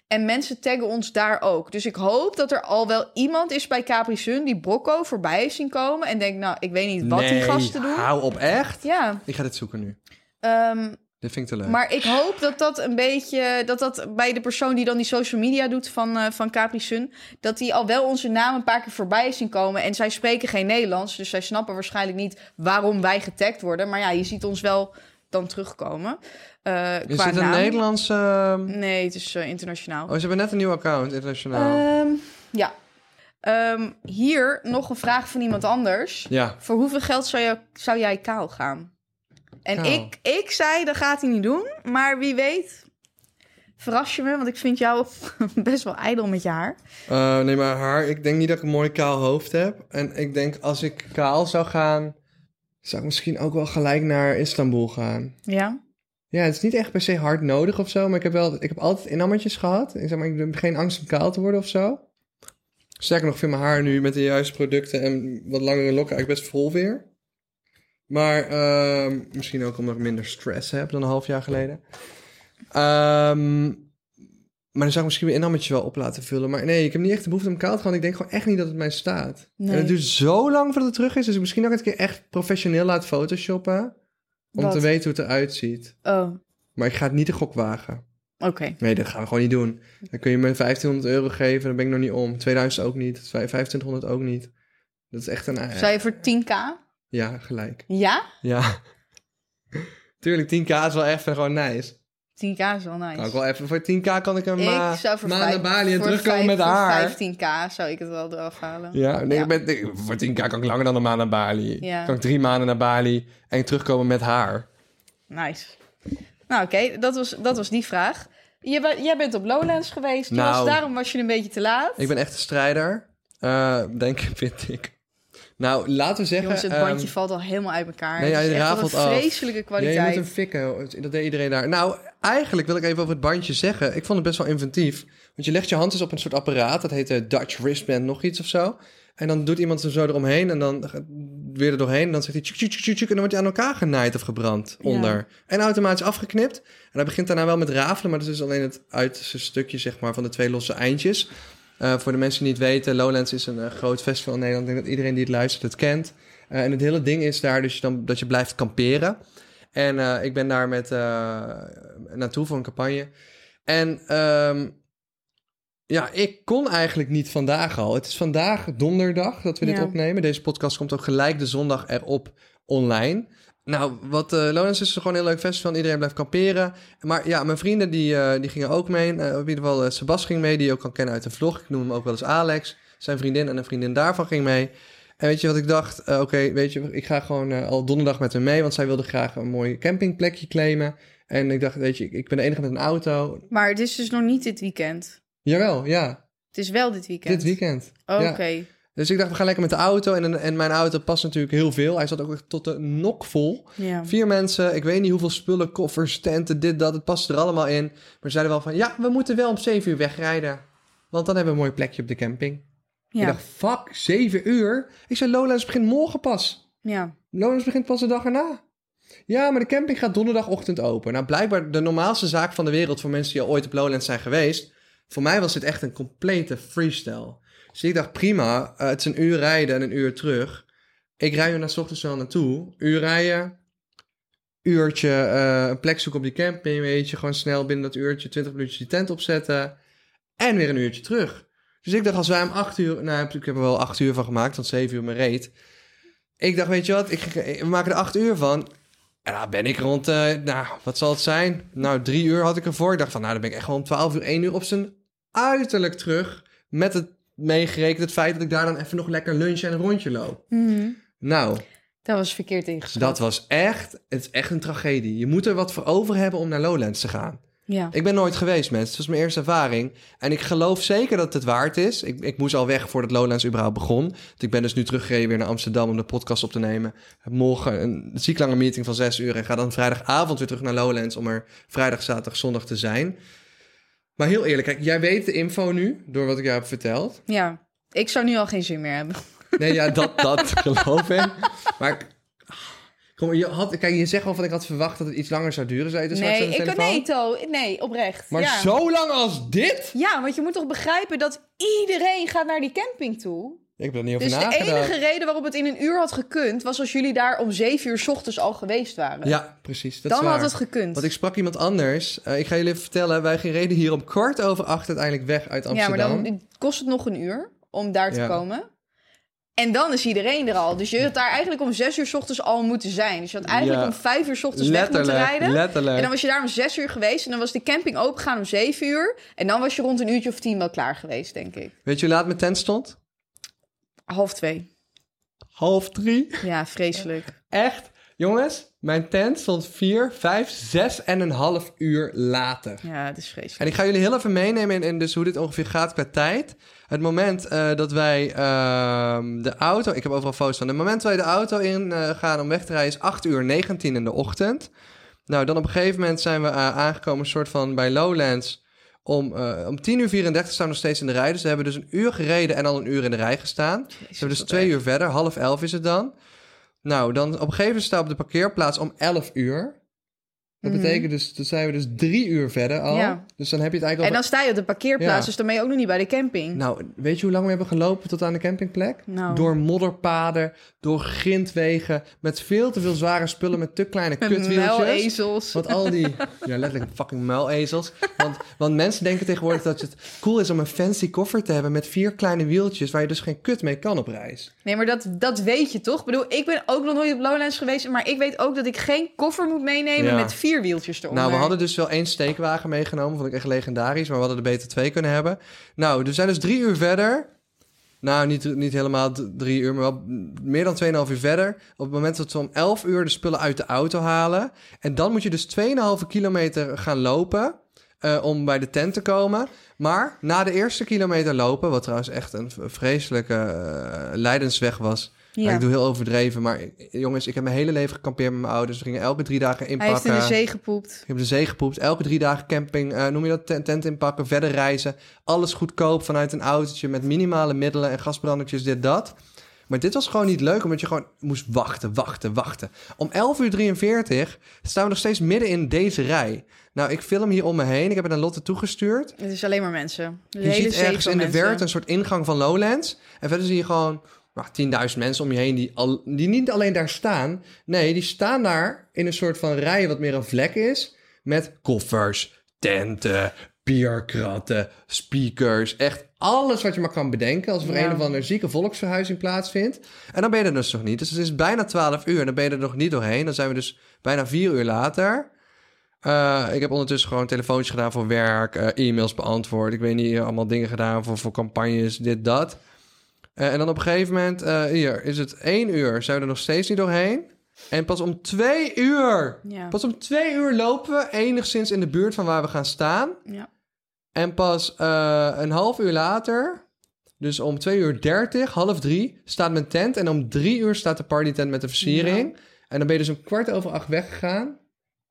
Speaker 1: En mensen taggen ons daar ook. Dus ik hoop dat er al wel iemand is bij Capri Sun die Brocco voorbij heeft zien komen. En denkt, nou, ik weet niet wat die
Speaker 2: Nee,
Speaker 1: gasten doen.
Speaker 2: hou op, echt?
Speaker 1: Ja,
Speaker 2: Ik ga dit zoeken nu.
Speaker 1: ehm,
Speaker 2: Dit vind ik te leuk.
Speaker 1: maar ik hoop dat dat een beetje, dat dat bij de persoon die dan die social media doet van, eh, van Capri Sun, dat die al wel onze naam een paar keer voorbij is zien komen. En zij spreken geen Nederlands, dus zij snappen waarschijnlijk niet waarom wij getagd worden. Maar ja, je ziet ons wel dan terugkomen. eh,
Speaker 2: is
Speaker 1: qua
Speaker 2: dit een
Speaker 1: naam.
Speaker 2: Nederlandse... ehm,
Speaker 1: Nee, het is eh, internationaal.
Speaker 2: Oh, ze hebben net een nieuw account, internationaal.
Speaker 1: Ehm, ja. Ehm, hier nog een vraag van iemand anders.
Speaker 2: ja.
Speaker 1: Voor hoeveel geld zou, jij- zou jij kaal gaan? En
Speaker 2: Kaal.
Speaker 1: Ik, ik zei, dat gaat hij niet doen. Maar wie weet, verras je me. Want ik vind jou best wel ijdel met je haar.
Speaker 2: Eh, nee, maar haar, ik denk niet dat ik een mooi kaal hoofd heb. En ik denk als ik kaal zou gaan, zou ik misschien ook wel gelijk naar Istanbul gaan.
Speaker 1: Ja.
Speaker 2: Ja, het is niet echt per se hard nodig of zo, maar ik heb, wel, ik heb altijd inammetjes gehad. Ik zeg maar, ik heb geen angst om kaal te worden of zo. Sterker nog, ik vind mijn haar nu met de juiste producten en wat langere lokken eigenlijk best vol weer. Maar ehm, misschien ook omdat ik minder stress heb dan een half jaar geleden. Ehm, maar dan zou ik misschien mijn inammetjes wel op laten vullen. Maar nee, ik heb niet echt de behoefte om kaal te gaan. Ik denk gewoon echt niet dat het mij staat.
Speaker 1: Nee.
Speaker 2: En het duurt zo lang voordat het terug is. Dus misschien dat ik het een keer echt professioneel laat photoshoppen. Om
Speaker 1: Wat?
Speaker 2: te weten hoe het eruit ziet.
Speaker 1: Oh, oké.
Speaker 2: Maar ik ga het niet de gok wagen. Nee, dat gaan we gewoon niet doen. Dan kun je me 1500 euro geven, dan ben ik nog niet om. 2000 ook niet, vij- 2500 ook niet. Dat is echt een... eh,
Speaker 1: Zou je voor 10k?
Speaker 2: Ja, gelijk.
Speaker 1: Ja?
Speaker 2: Ja. Tuurlijk, 10k is wel echt gewoon nice.
Speaker 1: 10k is wel nice.
Speaker 2: Nou, ik wel even, voor 10k kan ik hem
Speaker 1: ik
Speaker 2: ma
Speaker 1: zou voor
Speaker 2: maand
Speaker 1: vijf-
Speaker 2: naar Bali en
Speaker 1: voor
Speaker 2: terugkomen
Speaker 1: vijf-
Speaker 2: met
Speaker 1: voor
Speaker 2: haar.
Speaker 1: 15k zou ik het wel eraf halen.
Speaker 2: Ja, nee,
Speaker 1: Ja.
Speaker 2: ik ben, ik- voor 10k kan ik langer dan een maand naar Bali.
Speaker 1: Ja.
Speaker 2: Kan ik drie maanden naar Bali en terugkomen met haar.
Speaker 1: Nice. Nou, oké, dat, was, dat was die vraag. Je ben- jij bent op Lowlands geweest. Je
Speaker 2: Nou.
Speaker 1: was, daarom was je een beetje te laat.
Speaker 2: Ik ben echt een strijder. Eh, denk, vind ik. Nou, laten we zeggen...
Speaker 1: Jongens, het
Speaker 2: ehm,
Speaker 1: bandje valt al helemaal uit elkaar.
Speaker 2: nee,
Speaker 1: Het is
Speaker 2: ja, je
Speaker 1: echt
Speaker 2: rafelt
Speaker 1: wat een
Speaker 2: af.
Speaker 1: vreselijke
Speaker 2: Ja,
Speaker 1: kwaliteit.
Speaker 2: je moet hem fikken. Dat deed iedereen daar. Nou, eigenlijk wil ik even over het bandje zeggen. Ik vond het best wel inventief. Want je legt je hand dus op een soort apparaat. Dat heet eh, Dutch wristband, nog iets of zo. En dan doet iemand er zo eromheen. En dan gaat- weer er doorheen. En dan zegt hij tjuk, tjuk, tjuk, tjuk, tjuk, En dan wordt hij aan elkaar genaaid of gebrand
Speaker 1: Ja.
Speaker 2: onder. En automatisch afgeknipt. En hij begint daarna wel met rafelen. Maar dat is dus alleen het uiterste stukje, zeg maar, van de twee losse eindjes. Eh, voor de mensen die het weten, Lowlands is een eh, groot festival in Nederland. Ik denk dat iedereen die het luistert het kent. Eh, en het hele ding is daar dus dan, dat je blijft kamperen. En eh, ik ben daar met, eh, naartoe voor een campagne. En ehm, ja, ik kon eigenlijk niet vandaag al. Het is vandaag donderdag dat we dit
Speaker 1: Ja.
Speaker 2: opnemen. Deze podcast komt ook gelijk de zondag erop online. Nou, wat eh Lowlands is gewoon een heel leuk festival. Iedereen blijft kamperen. Maar ja, mijn vrienden die, eh, die gingen ook mee. Eh, in ieder geval, eh, Sebas ging mee, die je ook kan kennen uit de vlog. Ik noem hem ook wel eens Alex. Zijn vriendin en een vriendin daarvan ging mee. En weet je wat ik dacht? Eh, Oké, weet je, ik ga gewoon eh, al donderdag met hem mee. Want zij wilde graag een mooi campingplekje claimen. En ik dacht, weet je, ik, ik ben de enige met een auto.
Speaker 1: Maar het is dus nog niet dit weekend.
Speaker 2: Jawel, ja.
Speaker 1: Het is wel dit weekend.
Speaker 2: Dit weekend.
Speaker 1: Oké.
Speaker 2: ja. Dus ik dacht, we gaan lekker met de auto. En, en mijn auto past natuurlijk heel veel. Hij zat ook echt tot de nok vol.
Speaker 1: Ja.
Speaker 2: Vier mensen, ik weet niet hoeveel spullen, koffers, tenten, dit, dat. Het past er allemaal in. Maar ze zeiden wel van, ja, we moeten wel om zeven uur wegrijden. Want dan hebben we een mooi plekje op de camping.
Speaker 1: Ja.
Speaker 2: Ik dacht, fuck, zeven uur? Ik zei, Lowlands begint morgen pas.
Speaker 1: ja.
Speaker 2: Lowlands begint pas de dag erna. Ja, maar de camping gaat donderdagochtend open. Nou, blijkbaar de normaalste zaak van de wereld voor mensen die al ooit op Lowlands zijn geweest. Voor mij was dit echt een complete freestyle. Dus ik dacht, prima, eh, het is een uur rijden en een uur terug. Ik rij er naar 's ochtends wel naartoe. Uur rijden, uurtje eh, een plek zoeken op die camping, weet je. Gewoon snel binnen dat uurtje, 20 minuutjes die tent opzetten. En weer een uurtje terug. Dus ik dacht, als wij om acht uur... Nou, ik heb er wel acht uur van gemaakt, want zeven uur me reed. Ik dacht, weet je wat, ik, we maken er acht uur van. En daar ben ik rond, eh, nou, wat zal het zijn? Nou, drie uur had ik ervoor. Ik dacht van, nou, dan ben ik echt gewoon om twaalf uur, één uur op zijn uiterlijk terug. Met het meegerekend het feit dat ik daar dan even nog lekker lunchen en een rondje loop.
Speaker 1: Mhm.
Speaker 2: Nou,
Speaker 3: Dat was verkeerd ingeschat.
Speaker 2: dat was echt, het is echt een tragedie. Je moet er wat voor over hebben om naar Lowlands te gaan.
Speaker 3: Ja.
Speaker 2: Ik ben nooit geweest, mensen. Het was mijn eerste ervaring. En ik geloof zeker dat het waard is. Ik, ik moest al weg voordat Lowlands überhaupt begon. Want ik ben dus nu teruggereden weer naar Amsterdam om de podcast op te nemen. Morgen een ziek lange meeting van zes uur. En ga dan vrijdagavond weer terug naar Lowlands om er vrijdag, zaterdag, zondag te zijn. Maar heel eerlijk, kijk, jij weet de info nu, door wat ik jou heb verteld.
Speaker 1: Ja, ik zou nu al geen zin meer hebben.
Speaker 2: Nee, ja, dat, dat geloof ik. Maar ik- kom, je had, kijk, je zegt wel van ik had verwacht dat het iets langer zou duren, zei je dus straks
Speaker 1: nee,
Speaker 2: aan de
Speaker 1: ik,
Speaker 2: telefoon.
Speaker 1: nee, To. Nee, oprecht.
Speaker 2: Maar
Speaker 1: ja.
Speaker 2: zo lang als dit?
Speaker 1: ja, want je moet toch begrijpen dat iedereen gaat naar die camping toe.
Speaker 2: Ik heb er niet over
Speaker 1: Dus de
Speaker 2: nagedacht.
Speaker 1: enige reden waarop het in een uur had gekund... was als jullie daar om zeven uur 's ochtends al geweest waren.
Speaker 2: Ja, precies. Dat
Speaker 1: Dan
Speaker 2: is waar.
Speaker 1: had het gekund.
Speaker 2: Want ik sprak iemand anders. Eh, ik ga jullie even vertellen, wij gingen- reden hier om kwart over acht uiteindelijk weg uit
Speaker 1: ja,
Speaker 2: Amsterdam.
Speaker 1: maar dan kost het nog een uur om daar te
Speaker 2: Ja.
Speaker 1: komen. En dan is iedereen er al. Dus je had daar eigenlijk om zes uur 's ochtends al moeten zijn. Dus je had eigenlijk
Speaker 2: Ja.
Speaker 1: om vijf uur 's ochtends weg moeten
Speaker 2: letterlijk,
Speaker 1: rijden.
Speaker 2: letterlijk.
Speaker 1: En dan was je daar om zes uur geweest. En dan was de camping opengegaan om zeven uur. En dan was je rond een uurtje of tien wel klaar geweest, denk ik.
Speaker 2: Weet je hoe laat mijn tent stond?
Speaker 1: Half twee.
Speaker 2: Half drie.
Speaker 1: Ja, vreselijk.
Speaker 2: Echt? Jongens, mijn tent stond vier, vijf, zes en een half uur later.
Speaker 1: Ja, het is vreselijk.
Speaker 2: En ik ga jullie heel even meenemen in, in dus hoe dit ongeveer gaat qua tijd. Het moment eh, dat wij ehm, de auto... Ik heb overal foto's van. Het moment dat wij de auto in eh, gaan om weg te rijden is 8 uur 19 in de ochtend. Nou, dan op een gegeven moment zijn we eh, aangekomen soort van bij Lowlands. Om, eh, om 10 uur 34 staan we nog steeds in de rij. Dus we hebben dus een uur gereden en al een uur in de rij gestaan.
Speaker 1: Jezus,
Speaker 2: Ze hebben
Speaker 1: wat
Speaker 2: dus twee
Speaker 1: erg.
Speaker 2: uur verder, half elf is het dan. Nou, dan op een gegeven moment staan we op de parkeerplaats om elf uur. Dat
Speaker 1: Mhm.
Speaker 2: betekent dus, dan zijn we dus drie uur verder al.
Speaker 1: Ja.
Speaker 2: Dus dan heb je het eigenlijk
Speaker 1: En
Speaker 2: al...
Speaker 1: dan sta je op de parkeerplaats,
Speaker 2: Ja.
Speaker 1: dus dan ben je ook nog niet bij de camping.
Speaker 2: Nou, weet je hoe lang we hebben gelopen tot aan de campingplek?
Speaker 1: Nou.
Speaker 2: Door modderpaden, door grindwegen, met veel te veel zware spullen, met te kleine
Speaker 1: Met
Speaker 2: kutwieltjes.
Speaker 1: muilezels.
Speaker 2: Want al die, ja letterlijk fucking muilezels. Want, want mensen denken tegenwoordig dat het cool is om een fancy koffer te hebben met vier kleine wieltjes waar je dus geen kut mee kan op reis.
Speaker 1: Nee, maar dat, dat weet je toch? Ik bedoel, ik ben ook nog nooit op Lowlands geweest, maar ik weet ook dat ik geen koffer moet meenemen
Speaker 2: Ja.
Speaker 1: met vier wieltjes eronder.
Speaker 2: Nou, we hadden dus wel één steekwagen meegenomen. Vond ik echt legendarisch. Maar we hadden er beter twee kunnen hebben. Nou, we zijn dus drie uur verder. Nou, niet, niet helemaal d- drie uur, maar wel m- meer dan 2,5 uur verder. Op het moment dat we om 11 uur de spullen uit de auto halen. En dan moet je dus 2,5 kilometer gaan lopen eh, om bij de tent te komen. Maar na de eerste kilometer lopen, wat trouwens echt een v- vreselijke eh, lijdensweg was.
Speaker 1: Ja.
Speaker 2: ik doe heel overdreven, maar eh, jongens, ik heb mijn hele leven gekampeerd met mijn ouders. We gingen elke drie dagen
Speaker 1: Hij
Speaker 2: inpakken.
Speaker 1: heeft in de zee gepoept.
Speaker 2: Ik heb de zee gepoept. Elke drie dagen camping, eh, noem je dat, tent, tent inpakken, verder reizen. Alles goedkoop vanuit een autootje met minimale middelen en gasbrandertjes, dit, dat. Maar dit was gewoon niet leuk, omdat je gewoon moest wachten, wachten, wachten. Om 11.43 uur staan we nog steeds midden in deze rij. Nou, ik film hier om me heen. Ik heb het aan Lotte toegestuurd.
Speaker 1: Het is alleen maar mensen. De
Speaker 2: Je
Speaker 1: hele
Speaker 2: ziet
Speaker 1: zee
Speaker 2: ergens
Speaker 1: van
Speaker 2: in de
Speaker 1: mensen.
Speaker 2: verte een soort ingang van Lowlands. En verder zie je gewoon nou, 10.000 mensen om je heen die, al, die niet alleen daar staan. Nee, die staan daar in een soort van rij wat meer een vlek is. Met koffers, tenten, bierkratten, speakers. Echt alles wat je maar kan bedenken. Als er
Speaker 1: Ja.
Speaker 2: een of andere zieke volksverhuizing plaatsvindt. En dan ben je er dus nog niet. Dus het is bijna 12 uur en dan ben je er nog niet doorheen. Dan zijn we dus bijna vier uur later. Eh, ik heb ondertussen gewoon telefoontjes gedaan voor werk, eh, e-mails beantwoord. Ik weet niet, eh, allemaal dingen gedaan voor, voor campagnes, dit, dat. Eh, en dan op een gegeven moment, eh, hier, is het één uur, zijn we er nog steeds niet doorheen. En pas om twee uur,
Speaker 1: Ja.
Speaker 2: pas om twee uur lopen we enigszins in de buurt van waar we gaan staan.
Speaker 1: Ja.
Speaker 2: En pas eh, een half uur later, dus om 2 uur 30, half drie, staat mijn tent. En om drie uur staat de partytent met de versiering. En dan ben je dus om kwart over acht weggegaan.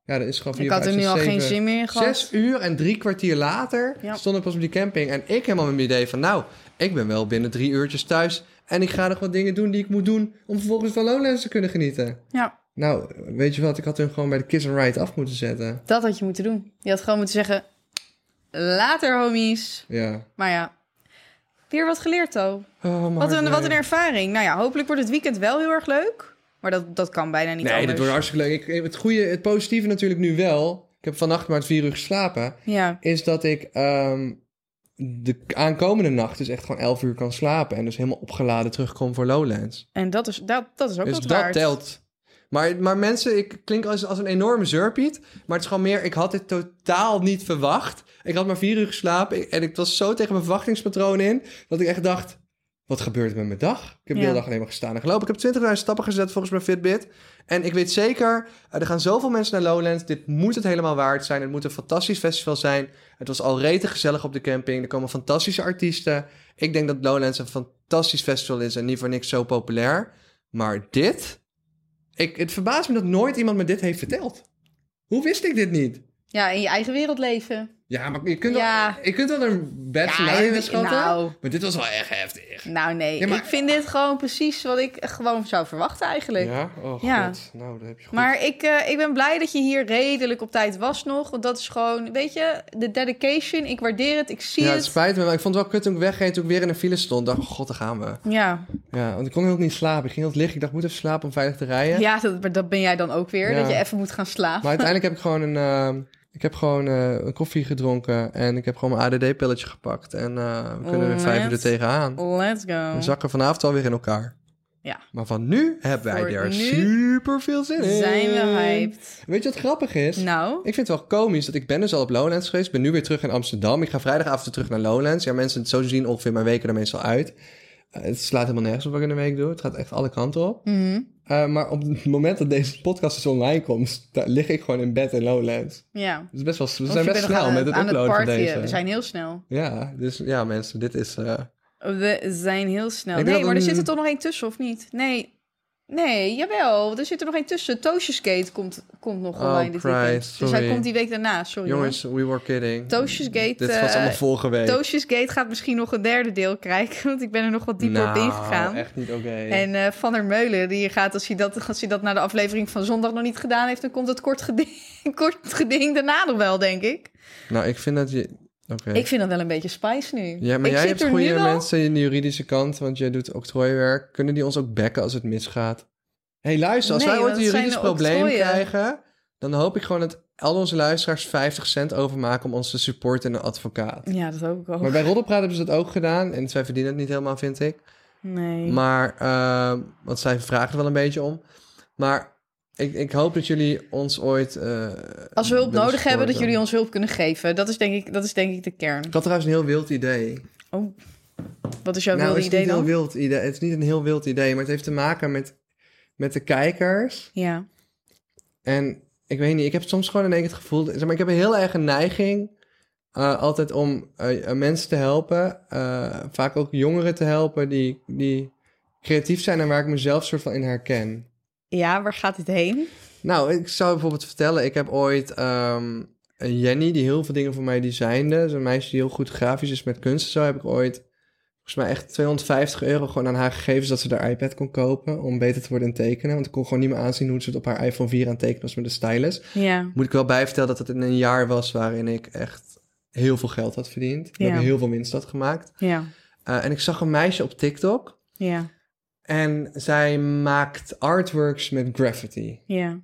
Speaker 2: Ja, dat is gewoon vier,
Speaker 1: Ik had
Speaker 2: vijf,
Speaker 1: er nu
Speaker 2: zes,
Speaker 1: al geen
Speaker 2: zeven,
Speaker 1: zin meer in gehad.
Speaker 2: Zes uur en drie kwartier later
Speaker 1: Ja.
Speaker 2: stond ik pas op die camping. En ik helemaal met mijn idee van, nou, ik ben wel binnen drie uurtjes thuis. En ik ga nog wat dingen doen die ik moet doen om vervolgens van Lowlands te kunnen genieten.
Speaker 1: Ja,
Speaker 2: Nou, weet je wat, ik had hem gewoon bij de Kiss and Ride af moeten zetten.
Speaker 1: dat had je moeten doen. Je had gewoon moeten zeggen, Later, homies.
Speaker 2: Ja.
Speaker 1: Maar ja, weer wat geleerd, toch?
Speaker 2: Oh, maar
Speaker 1: Wat een,
Speaker 2: nee.
Speaker 1: wat een ervaring. Nou ja, hopelijk wordt het weekend wel heel erg leuk. Maar dat, dat kan bijna niet
Speaker 2: Nee,
Speaker 1: anders.
Speaker 2: dat wordt hartstikke leuk. Ik, het goede, het positieve natuurlijk nu wel. Ik heb vannacht maar vier uur geslapen.
Speaker 1: Ja,
Speaker 2: Is dat ik ehm, de aankomende nacht dus echt gewoon elf uur kan slapen. En dus helemaal opgeladen terugkom voor Lowlands.
Speaker 1: en dat is, dat, dat is ook
Speaker 2: Dus
Speaker 1: wat
Speaker 2: dat
Speaker 1: waard.
Speaker 2: telt. Maar, maar mensen, ik klink als, als een enorme zeurpiet. Maar het is gewoon meer, ik had dit totaal niet verwacht. Ik had maar vier uur geslapen ik- en ik was zo tegen mijn verwachtingspatroon in... dat ik echt dacht, wat gebeurt er met mijn dag? Ik heb de
Speaker 1: Ja.
Speaker 2: hele dag alleen maar gestaan en gelopen. Ik heb 20.000 stappen gezet volgens mijn Fitbit. En ik weet zeker, eh, er gaan zoveel mensen naar Lowlands. Dit moet het helemaal waard zijn. Het moet een fantastisch festival zijn. Het was al rete gezellig op de camping. Er komen fantastische artiesten. Ik denk dat Lowlands een fantastisch festival is en niet voor niks zo populair. Maar dit? Ik, het verbaast me dat nooit iemand me dit heeft verteld. Hoe wist ik dit niet?
Speaker 1: Ja, in je eigen wereld leven.
Speaker 2: Ja, maar je kunt,
Speaker 1: Ja.
Speaker 2: wel, je kunt wel een bad
Speaker 1: Ja,
Speaker 2: scenario
Speaker 1: je-
Speaker 2: inschatten.
Speaker 1: nou.
Speaker 2: Maar dit was wel echt heftig.
Speaker 1: Nou nee,
Speaker 2: Ja, maar-
Speaker 1: ik vind dit gewoon precies wat ik gewoon zou verwachten eigenlijk.
Speaker 2: Ja? Oh
Speaker 1: Ja.
Speaker 2: god. Nou, dat heb je goed.
Speaker 1: Maar ik, eh, ik ben blij dat je hier redelijk op tijd was nog. Want dat is gewoon, weet je, de dedication. Ik waardeer het, ik zie
Speaker 2: ja, het
Speaker 1: het.
Speaker 2: spijt me, maar ik vond het wel kut toen ik wegreed, toen ik weer in een file stond. dacht, oh god, daar gaan we.
Speaker 1: Ja,
Speaker 2: Ja, want ik kon heel niet slapen. Ik ging heel het liggen. Ik dacht, ik moet even slapen om veilig te rijden.
Speaker 1: ja dat, maar dat ben jij dan ook weer.
Speaker 2: Ja.
Speaker 1: Dat je even moet gaan slapen.
Speaker 2: Maar uiteindelijk heb ik gewoon een, ehm, ik heb gewoon, eh, een koffie gedronken. En ik heb gewoon mijn ADD-pilletje gepakt. En eh, we
Speaker 1: Oh,
Speaker 2: kunnen weer vijf uur er
Speaker 1: Let's
Speaker 2: tegenaan.
Speaker 1: Let's go.
Speaker 2: We zakken vanavond alweer in elkaar.
Speaker 1: Oh. Ja.
Speaker 2: Maar van nu hebben wij
Speaker 1: Voor
Speaker 2: er
Speaker 1: nu
Speaker 2: super veel zin in.
Speaker 1: Zijn we hyped.
Speaker 2: Weet je wat grappig is?
Speaker 1: Nou,
Speaker 2: Ik vind het wel komisch dat ik ben dus al op Lowlands geweest. Ik ben nu weer terug in Amsterdam. Ik ga vrijdagavond weer terug naar Lowlands. Ja, mensen, zo zien ongeveer mijn weken er meestal uit. Eh, het slaat helemaal nergens op wat ik in de week doe. Het gaat echt alle kanten op.
Speaker 1: mhm.
Speaker 2: Eh, maar op het moment dat deze podcast dus online komt, daar lig ik gewoon in bed in Lowlands.
Speaker 1: ja.
Speaker 2: Dus best wel, we
Speaker 1: Want
Speaker 2: zijn
Speaker 1: je
Speaker 2: best
Speaker 1: bent nog
Speaker 2: snel
Speaker 1: aan
Speaker 2: met het
Speaker 1: aan
Speaker 2: uploaden van
Speaker 1: partyen. Oh,
Speaker 2: deze.
Speaker 1: We zijn heel snel.
Speaker 2: Ja, dus ja mensen, dit is... eh,
Speaker 1: We zijn heel snel.
Speaker 2: Ik
Speaker 1: Nee,
Speaker 2: denk dat
Speaker 1: maar er
Speaker 2: een-
Speaker 1: zit er toch nog één tussen, of niet? Nee. Nee, jawel. Er zit er nog één tussen. Toosje Skate komt, komt nog
Speaker 2: Oh,
Speaker 1: online dit
Speaker 2: Christ,
Speaker 1: weekend. Dus hij
Speaker 2: sorry.
Speaker 1: komt die week daarna. Sorry.
Speaker 2: jongens, we were kidding.
Speaker 1: hoor. Toosjes Gate...
Speaker 2: Dit was allemaal
Speaker 1: eh,
Speaker 2: vorige week.
Speaker 1: Toosjes Gate gaat misschien nog een derde deel krijgen. Want ik ben er nog wat dieper op
Speaker 2: Nou,
Speaker 1: ingegaan.
Speaker 2: echt niet oké.
Speaker 1: En eh, Van der Meulen, die gaat, als hij, dat, als hij dat na de aflevering van zondag nog niet gedaan heeft, dan komt het kort geding, kort geding daarna nog wel, denk ik.
Speaker 2: Nou, ik vind dat je... Oké.
Speaker 1: Ik vind dat wel een beetje spice nu.
Speaker 2: Ja, maar
Speaker 1: ik
Speaker 2: jij
Speaker 1: zit
Speaker 2: hebt
Speaker 1: er
Speaker 2: goede
Speaker 1: nu al-
Speaker 2: mensen in de juridische kant, want jij doet octrooiwerk. Kunnen die ons ook bekken als het misgaat? Hé, hey, luister, als
Speaker 1: Nee,
Speaker 2: wij ooit
Speaker 1: want
Speaker 2: een
Speaker 1: het zijn
Speaker 2: juridisch
Speaker 1: de
Speaker 2: probleem
Speaker 1: octrooien.
Speaker 2: krijgen, dan hoop ik gewoon dat al onze luisteraars 50 cent overmaken om ons te supporten en een advocaat.
Speaker 1: Ja, dat hoop ik ook.
Speaker 2: Maar bij Roddelpraat hebben ze dat ook gedaan en zij verdienen het niet helemaal, vind ik.
Speaker 1: Nee.
Speaker 2: Maar, ehm, want zij vragen er wel een beetje om. Maar ik, ik hoop dat jullie ons ooit... eh,
Speaker 1: Als we hulp
Speaker 2: willen
Speaker 1: nodig hebben, dat
Speaker 2: supporten.
Speaker 1: jullie ons hulp kunnen geven. Dat is denk ik, dat is denk ik de kern.
Speaker 2: Ik had trouwens een heel wild idee.
Speaker 1: Oh, wat is jouw
Speaker 2: nou,
Speaker 1: wilde
Speaker 2: het is
Speaker 1: idee
Speaker 2: niet
Speaker 1: dan?
Speaker 2: Heel wild idee. Het is niet een heel wild idee, maar het heeft te maken met, met de kijkers.
Speaker 1: Ja.
Speaker 2: En ik weet niet, ik heb soms gewoon in één keer het gevoel... Zeg maar, ik heb een heel eigen neiging eh, altijd om eh, mensen te helpen. eh, vaak ook jongeren te helpen die, die creatief zijn en waar ik mezelf soort van in herken.
Speaker 1: ja, waar gaat dit heen?
Speaker 2: Nou, ik zou bijvoorbeeld vertellen, ik heb ooit ehm, een Jenny die heel veel dingen voor mij designde. Zo'n meisje die heel goed grafisch is met kunst. en Zo heb ik ooit volgens mij echt 250 euro gewoon aan haar gegeven, zodat ze haar iPad kon kopen om beter te worden in tekenen. Want ik kon gewoon niet meer aanzien hoe ze het op haar iPhone 4 aan het tekenen was met de stylus.
Speaker 1: Ja.
Speaker 2: Moet ik wel bijvertellen dat het in een jaar was waarin ik echt heel veel geld had verdiend. En
Speaker 1: Ja.
Speaker 2: ook heel veel winst had gemaakt.
Speaker 1: Ja.
Speaker 2: Eh, en ik zag een meisje op TikTok
Speaker 1: Ja.
Speaker 2: en zij maakt artworks met graffiti.
Speaker 1: Ja.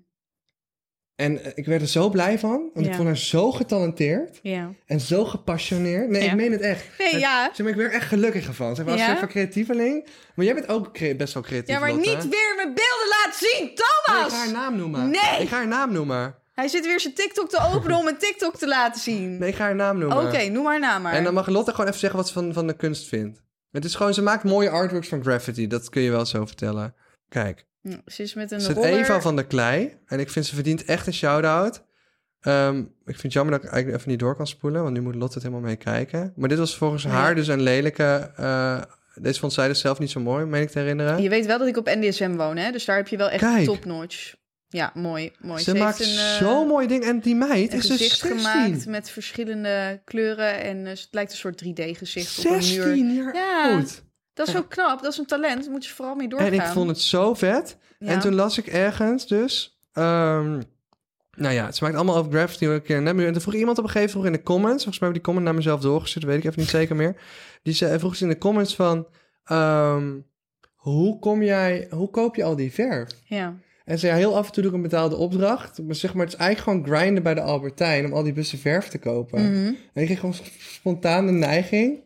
Speaker 2: En eh, ik werd er zo blij van, want ik
Speaker 1: Ja.
Speaker 2: vond haar zo getalenteerd
Speaker 1: Ja.
Speaker 2: en zo gepassioneerd. Nee, ik
Speaker 1: Ja.
Speaker 2: meen het echt.
Speaker 1: Nee,
Speaker 2: Het-
Speaker 1: ja.
Speaker 2: Zeg maar, ik werd er echt gelukkiger van. Zeg maar, als
Speaker 1: Ja?
Speaker 2: je van creatieveling... Maar jij bent ook cre- best wel creatief,
Speaker 1: Ja, maar
Speaker 2: Lotte.
Speaker 1: niet weer mijn beelden laten zien,
Speaker 2: Nee, ik ga haar
Speaker 1: Thomas!
Speaker 2: naam noemen.
Speaker 1: Nee!
Speaker 2: Ik ga haar naam noemen.
Speaker 1: Hij zit weer zijn TikTok te openen om een TikTok te laten zien.
Speaker 2: Nee, ik ga haar naam noemen.
Speaker 1: Oké, noem haar naam maar.
Speaker 2: En dan mag Lotte gewoon even zeggen wat ze van, van de kunst vindt. Het is gewoon, ze maakt mooie artworks van graffiti. Dat kun je wel zo vertellen. Kijk,
Speaker 1: Hm, Ze is met een
Speaker 2: ze is
Speaker 1: roller.
Speaker 2: Eva van der Klei. En ik vind ze verdient echt een shout-out. Ehm, ik vind het jammer dat ik eigenlijk even niet door kan spoelen, want nu moet Lotte het helemaal meekijken. Maar dit was volgens
Speaker 1: Nee.
Speaker 2: haar dus een lelijke. eh, deze vond zij dus zelf niet zo mooi, meen ik te herinneren.
Speaker 1: Je weet wel dat ik op NDSM woon, hè? Dus daar heb je wel
Speaker 2: Kijk.
Speaker 1: echt topnotch. Ja, mooi, mooi.
Speaker 2: ze
Speaker 1: heeft
Speaker 2: maakt
Speaker 1: een, eh,
Speaker 2: zo'n mooi ding. En die meid
Speaker 1: een
Speaker 2: is dus
Speaker 1: gezicht
Speaker 2: 16.
Speaker 1: gemaakt met verschillende kleuren. En eh, het lijkt een soort 3D-gezicht op een muur.
Speaker 2: 16 jaar
Speaker 1: Ja.
Speaker 2: oud.
Speaker 1: Dat is ook knap, dat is een talent. Daar moet je vooral mee doorgaan.
Speaker 2: En ik vond het zo vet.
Speaker 1: Ja.
Speaker 2: En toen las ik ergens dus ehm, Nou ja, ze maakt allemaal over Gravity een keer naar me. En toen vroeg iemand op een gegeven moment in de comments, volgens mij heb ik die comment naar mezelf doorgestuurd, weet ik even niet zeker meer. Die ze, vroeg ze in de comments van, ehm, hoe kom jij, hoe koop je al die verf?
Speaker 1: Ja.
Speaker 2: En ze zei, ja, heel af en toe doe ik een betaalde opdracht. Maar zeg maar, het is eigenlijk gewoon grinden bij de Albertijn om al die bussen verf te kopen.
Speaker 1: Mhm.
Speaker 2: En ik kreeg gewoon spontane neiging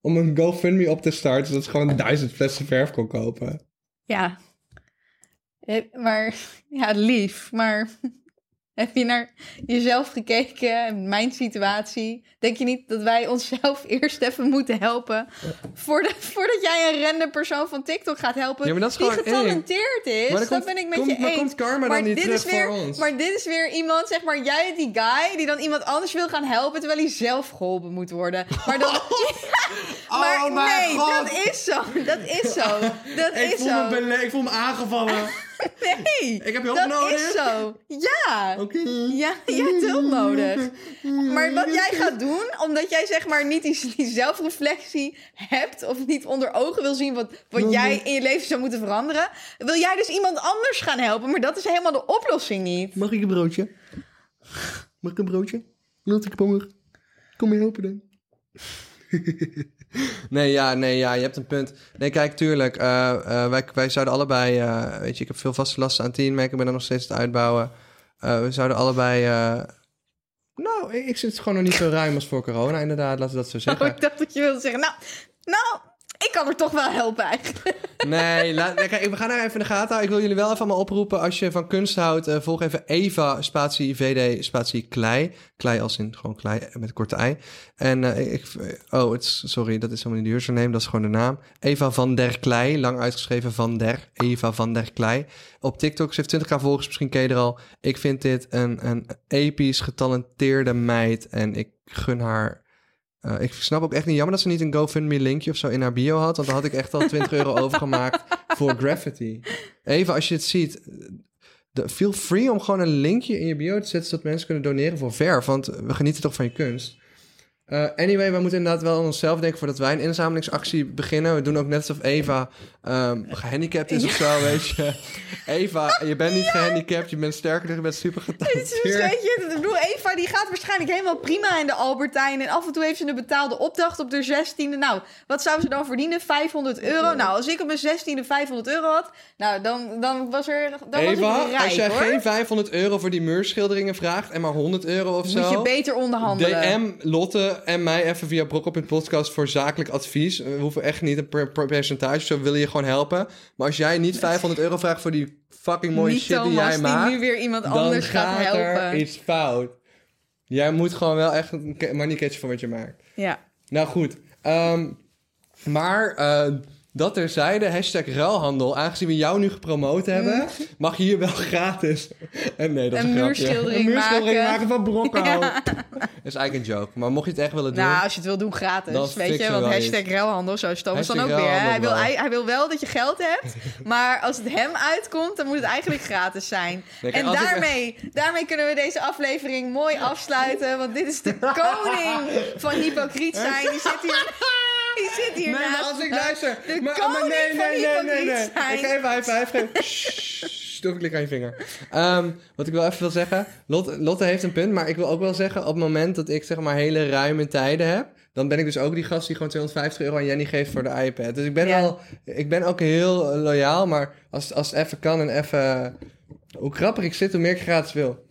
Speaker 2: om een GoFundMe op te starten, zodat ze gewoon duizend flessen verf kon kopen.
Speaker 1: Ja. Eh, Maar, ja, lief. Maar heb je naar jezelf gekeken en mijn situatie? Denk je niet dat wij onszelf eerst even moeten helpen voordat, voordat jij een random persoon van TikTok gaat helpen
Speaker 2: Ja, maar dat is
Speaker 1: die
Speaker 2: gewoon
Speaker 1: getalenteerd is?
Speaker 2: Maar
Speaker 1: Dat
Speaker 2: dan komt-
Speaker 1: ben ik met
Speaker 2: komt-
Speaker 1: je
Speaker 2: maar
Speaker 1: eens.
Speaker 2: komt karma dan niet
Speaker 1: dit
Speaker 2: terug
Speaker 1: is weer,
Speaker 2: voor ons?
Speaker 1: Maar dit is weer iemand, zeg maar, jij die guy die dan iemand anders wil gaan helpen terwijl hij zelf geholpen moet worden. Maar dan... maar
Speaker 2: Oh mijn
Speaker 1: nee,
Speaker 2: God.
Speaker 1: dat is zo. Dat is zo. Dat is
Speaker 2: Ik voel,
Speaker 1: zo.
Speaker 2: me bele- ik voel me aangevallen.
Speaker 1: Nee,
Speaker 2: Ik heb hulp
Speaker 1: dat
Speaker 2: nodig.
Speaker 1: is zo. Ja.
Speaker 2: Oké.
Speaker 1: Ja, je hebt hulp nodig. Maar wat jij gaat doen, omdat jij zeg maar niet die, die zelfreflectie hebt of niet onder ogen wil zien wat,
Speaker 2: Mm.
Speaker 1: wat jij in je leven zou moeten veranderen, wil jij dus iemand anders gaan helpen. Maar dat is helemaal de oplossing niet.
Speaker 2: Mag ik een broodje? Mag ik een broodje? Laat ik honger. Kom je helpen dan. nee, ja, nee, ja, je hebt een punt. Nee, kijk, tuurlijk. eh, eh, wij, wij zouden allebei... eh, weet je, ik heb veel vaste lasten aan tien, maar ik ben er nog steeds aan het uitbouwen. Eh, we zouden allebei... eh, nou, ik, ik zit gewoon nog niet zo ruim als voor corona, inderdaad. Laten we dat zo
Speaker 1: Oh,
Speaker 2: zeggen.
Speaker 1: ik dacht dat je wilde zeggen, nou, nou, ik kan er toch wel helpen eigenlijk.
Speaker 2: Nee, laat, nee, kijk, we gaan daar even in de gaten houden. Ik wil jullie wel even allemaal oproepen. Als je van kunst houdt, eh, volg even Eva, spatie VD, spatie klei. Klei als in gewoon klei eh, met een korte ei. En eh, ik, oh, het is- sorry, dat is helemaal niet de username, dat is gewoon de naam. Eva van der Klei, lang uitgeschreven van der. Eva van der Klei. Op TikTok, ze heeft 20k volgers, misschien ken je er al. Ik vind dit een, een episch getalenteerde meid en ik gun haar... Eh, ik snap ook echt niet jammer dat ze niet een GoFundMe-linkje of zo in haar bio had. Want dan had ik echt al 20 euro overgemaakt voor Graffiti. Even als je het ziet. de- feel free om gewoon een linkje in je bio te zetten. Zodat mensen kunnen doneren voor verf. Want we genieten toch van je kunst. Eh, anyway, we moeten inderdaad wel aan onszelf denken voordat wij een inzamelingsactie beginnen. We doen ook net alsof Eva ehm, gehandicapt is of zo, weet je. Eva, je bent niet gehandicapt, je bent sterker, je bent super
Speaker 1: Dus weet
Speaker 2: getalenteerd.
Speaker 1: je, ik bedoel, Eva die gaat waarschijnlijk helemaal prima in de Albertijn. En af en toe heeft ze een betaalde opdracht op haar 16e. Nou, wat zou ze dan verdienen? 500 euro. Nou, als ik op mijn 16e 500 euro had, nou, dan, dan was er. Dan was ik
Speaker 2: Eva,
Speaker 1: rijk,
Speaker 2: als jij
Speaker 1: hoor.
Speaker 2: geen 500 euro voor die muurschilderingen vraagt en maar 100 euro of zo...
Speaker 1: Moet je beter onderhandelen.
Speaker 2: DM Lotte en mij even via Brok op het podcast voor zakelijk advies. We hoeven echt niet een per- per- percentage, zo willen je gewoon helpen. Maar als jij niet 500 euro vraagt voor die fucking mooie
Speaker 1: Niet
Speaker 2: shit die
Speaker 1: Thomas,
Speaker 2: jij maakt,
Speaker 1: nu weer iemand
Speaker 2: dan
Speaker 1: anders gaat,
Speaker 2: gaat er
Speaker 1: helpen.
Speaker 2: iets fout. Jij moet gewoon wel echt een ke- money catchen voor wat je maakt.
Speaker 1: Ja.
Speaker 2: Nou goed, ehm, maar eh dat terzijde, hashtag ruilhandel. Aangezien we jou nu gepromoot hebben, mag je hier wel gratis. En nee, dat is
Speaker 1: Mm. Een
Speaker 2: een grapje.
Speaker 1: muurschildering
Speaker 2: Een muurschildering
Speaker 1: maken.
Speaker 2: maken, van Brokhout. Dat is eigenlijk een joke, maar mocht je het echt willen doen...
Speaker 1: Nou, als je het wil doen, gratis.
Speaker 2: Dan
Speaker 1: weet
Speaker 2: fixen
Speaker 1: je,
Speaker 2: we
Speaker 1: want
Speaker 2: wel
Speaker 1: hashtag ruilhandel, zo is Thomas dan ook
Speaker 2: Hashtag
Speaker 1: weer. hè. Hij wil,
Speaker 2: ruilhandel wel.
Speaker 1: hij, hij wil wel dat je geld hebt, maar als het hem uitkomt, dan moet het eigenlijk gratis zijn.
Speaker 2: kijk,
Speaker 1: en
Speaker 2: als ik-
Speaker 1: daarmee, daarmee kunnen we deze aflevering mooi afsluiten, want dit is de koning van hypocriet zijn. Die zit hier, die zit hier
Speaker 2: Nee, maar
Speaker 1: naast
Speaker 2: als ik
Speaker 1: me.
Speaker 2: luister.
Speaker 1: De
Speaker 2: maar,
Speaker 1: koning
Speaker 2: maar nee,
Speaker 1: van
Speaker 2: nee, nee, nee,
Speaker 1: hypocriet
Speaker 2: nee.
Speaker 1: zijn.
Speaker 2: Ik geef even, even, even. Shh, doe ik klik aan je vinger. Ehm, wat ik wel even wil zeggen. Lotte, Lotte heeft een punt, maar ik wil ook wel zeggen. Op het moment dat ik zeg maar hele ruime tijden heb. Dan ben ik dus ook die gast die gewoon 250 euro aan Jenny geeft voor de iPad. Dus ik ben
Speaker 1: Ja.
Speaker 2: wel. Ik ben ook heel eh, loyaal. Maar als, als het even kan en even. Hoe krapper ik zit, hoe meer ik gratis wil.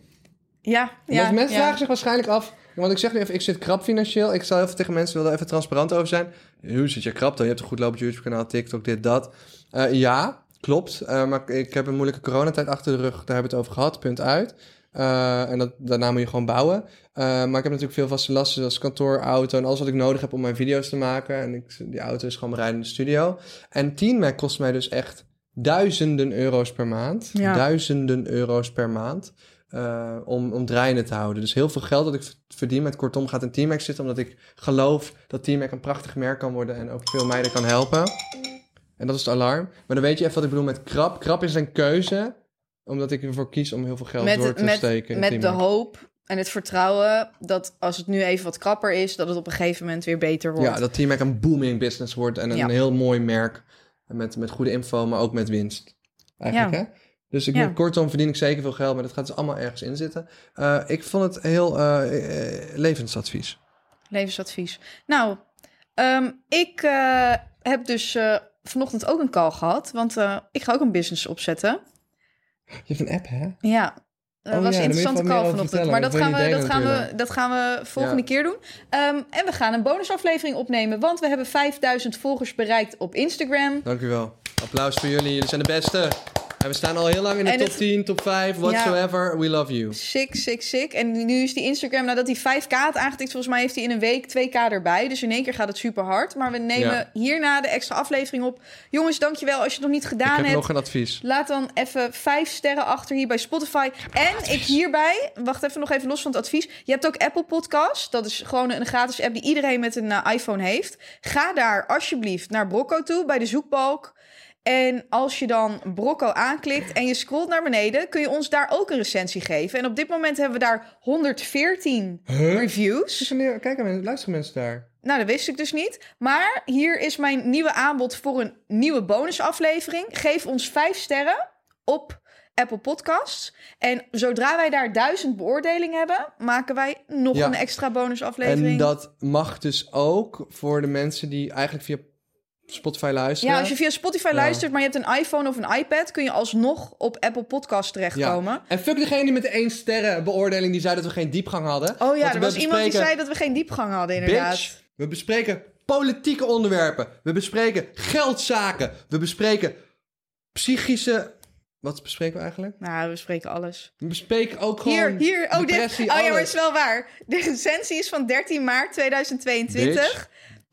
Speaker 1: Ja,
Speaker 2: Want
Speaker 1: ja,
Speaker 2: als mensen
Speaker 1: ja.
Speaker 2: vragen zich waarschijnlijk af. Want ik zeg nu even, ik zit krap financieel. Ik zal even tegen mensen willen even transparant over zijn. Hoe zit je krap dan? Je hebt een goed lopend YouTube-kanaal, TikTok, dit, dat. Eh, ja, klopt. Eh, maar ik heb een moeilijke coronatijd achter de rug. Daar hebben we het over gehad, punt uit. Eh, en dat, daarna moet je gewoon bouwen. Eh, maar ik heb natuurlijk veel vaste lasten, zoals kantoor, auto en alles wat ik nodig heb om mijn video's te maken. En ik, die auto is gewoon mijn rijdende studio. En Teammac kost mij dus echt duizenden euro's per maand.
Speaker 1: Ja.
Speaker 2: Duizenden euro's per maand. eh, om, om draaiende te houden. Dus heel veel geld dat ik v- verdien met kortom gaat in Teammac zitten. Omdat ik geloof dat Teammac een prachtig merk kan worden. En ook veel meiden kan helpen. En dat is het alarm. Maar dan weet je even wat ik bedoel met krap. Krap is een keuze. Omdat ik ervoor kies om heel veel geld door te steken. in
Speaker 1: met de
Speaker 2: Teammac.
Speaker 1: hoop en het vertrouwen dat als het nu even wat krapper is, dat het op een gegeven moment weer beter wordt.
Speaker 2: Ja, dat Teammac een booming business wordt en een
Speaker 1: Ja.
Speaker 2: heel mooi merk. Met, met goede info, maar ook met winst. Eigenlijk,
Speaker 1: Ja.
Speaker 2: hè? Dus ik
Speaker 3: Ja.
Speaker 2: moet- kortom verdien ik zeker veel geld, maar dat gaat dus allemaal ergens in zitten. Eh, ik vond het heel eh, eh, levensadvies.
Speaker 1: Levensadvies. Nou, ehm, ik eh, heb dus eh, vanochtend ook een call gehad. Want eh, ik ga ook een business opzetten.
Speaker 2: Je hebt een app, hè?
Speaker 1: Ja,
Speaker 2: Oh
Speaker 1: dat
Speaker 2: ja, daar moet
Speaker 1: was
Speaker 2: je
Speaker 1: een interessante
Speaker 2: wel meer
Speaker 1: call
Speaker 2: over
Speaker 1: vanochtend.
Speaker 2: vertellen,
Speaker 1: Maar
Speaker 2: want
Speaker 1: dat
Speaker 2: ik
Speaker 1: gaan,
Speaker 2: wil
Speaker 1: we,
Speaker 2: je
Speaker 1: dat,
Speaker 2: delen
Speaker 1: gaan we,
Speaker 2: natuurlijk.
Speaker 1: dat gaan we volgende
Speaker 2: Ja.
Speaker 1: keer doen. Ehm, en we gaan een bonusaflevering opnemen. Want we hebben 5000 volgers bereikt op Instagram.
Speaker 2: Dank u wel. Applaus voor jullie. Jullie zijn de beste. En we staan al heel lang in de
Speaker 1: En
Speaker 2: top
Speaker 1: het-
Speaker 2: 10, top 5, whatsoever. We love you.
Speaker 1: Sick, sick, sick. En nu is die Instagram, nadat hij 5k had aangetikt, volgens mij heeft hij in een week 2k erbij. Dus in één keer gaat het super hard. Maar we nemen
Speaker 2: Ja.
Speaker 1: hierna de extra aflevering op. Jongens, dankjewel als je het nog niet
Speaker 2: Ik
Speaker 1: gedaan
Speaker 2: heb
Speaker 1: hebt.
Speaker 2: nog een advies.
Speaker 1: Dus Laat dan even vijf sterren achter hier bij Spotify. En ik hierbij, wacht even nog even los van het advies. Je hebt ook Apple Podcast. Dat is gewoon een gratis app die iedereen met een eh, iPhone heeft. Ga daar alsjeblieft naar Brocco toe bij de zoekbalk. En als je dan Brocco aanklikt en je scrolt naar beneden, kun je ons daar ook een recensie geven. En op dit moment hebben we daar 114 reviews.
Speaker 2: Kijk, luisteren mensen daar.
Speaker 1: Nou, dat wist ik dus niet. Maar hier is mijn nieuwe aanbod voor een nieuwe bonusaflevering. Geef ons vijf sterren op Apple Podcasts. En zodra wij daar duizend beoordelingen hebben, maken wij nog
Speaker 2: Ja.
Speaker 1: een extra bonusaflevering.
Speaker 2: En dat mag dus ook voor de mensen die eigenlijk via Spotify luisteren.
Speaker 1: Ja, als je via Spotify
Speaker 2: Ja.
Speaker 1: luistert, maar je hebt een iPhone of een iPad, kun je alsnog op Apple Podcasts terechtkomen.
Speaker 2: Ja. En fuck degene die met de 1 sterren beoordeling die zei dat we geen diepgang hadden.
Speaker 1: Oh
Speaker 2: Want
Speaker 1: ja,
Speaker 2: we
Speaker 1: er was iemand die
Speaker 2: bespreken-
Speaker 1: zei dat we geen diepgang hadden, inderdaad.
Speaker 2: Bitch, we bespreken politieke onderwerpen. We bespreken geldzaken. We bespreken psychische... Wat bespreken we eigenlijk?
Speaker 1: Nou, we spreken alles.
Speaker 2: We bespreken ook gewoon
Speaker 1: hier, hier. Oh, dit.
Speaker 2: depressie,
Speaker 1: Oh ja, maar het
Speaker 2: alles.
Speaker 1: is wel waar. De recensie is van 13 maart 2022.
Speaker 2: Bitch.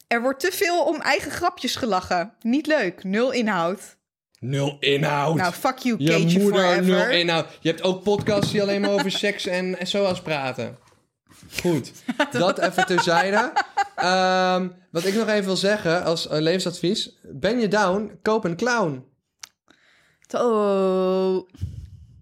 Speaker 1: Er wordt te veel om eigen grapjes gelachen. Niet leuk. Nul inhoud.
Speaker 2: Nul inhoud.
Speaker 1: Nou, fuck you,
Speaker 2: je
Speaker 1: Keetje
Speaker 2: moeder, nul
Speaker 1: forever.
Speaker 2: inhoud. Je hebt ook podcasts die alleen maar over seks en, en zoals praten. Goed, dat even terzijde. Ehm, wat ik nog even wil zeggen als eh, levensadvies. Ben je down, koop een clown.
Speaker 1: Oh.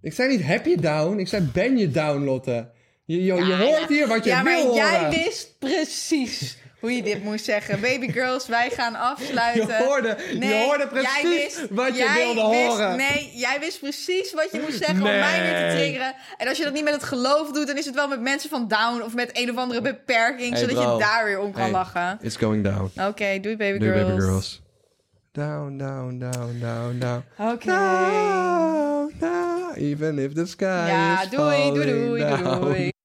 Speaker 2: Ik zei niet heb je down, ik zei ben je down, Lotte. Je, je, je hoort hier wat je
Speaker 1: Ja, maar
Speaker 2: wil
Speaker 1: jij
Speaker 2: horen.
Speaker 1: wist precies hoe je dit moest zeggen. Baby girls, wij gaan
Speaker 2: Je
Speaker 1: afsluiten.
Speaker 2: hoorde, je hoorde precies
Speaker 1: jij wist-
Speaker 2: wat je
Speaker 1: jij
Speaker 2: wilde
Speaker 1: wist-
Speaker 2: horen.
Speaker 1: Nee, jij wist precies wat je moest zeggen om
Speaker 2: Nee.
Speaker 1: mij weer te triggeren. En als je dat niet met het geloof doet, dan is het wel met mensen van down of met een of andere beperking,
Speaker 2: Hey,
Speaker 1: zodat
Speaker 2: bro.
Speaker 1: je daar weer om kan
Speaker 2: Hey,
Speaker 1: lachen.
Speaker 2: It's going down.
Speaker 1: Oké, doei baby
Speaker 2: Doei,
Speaker 1: girls.
Speaker 2: baby girls. Down, down, down, down, down.
Speaker 1: Oké.
Speaker 2: Down, down, even if the sky
Speaker 1: Ja,
Speaker 2: is
Speaker 1: doei, doei,
Speaker 2: falling
Speaker 1: doei, doei.
Speaker 2: down.
Speaker 1: doei.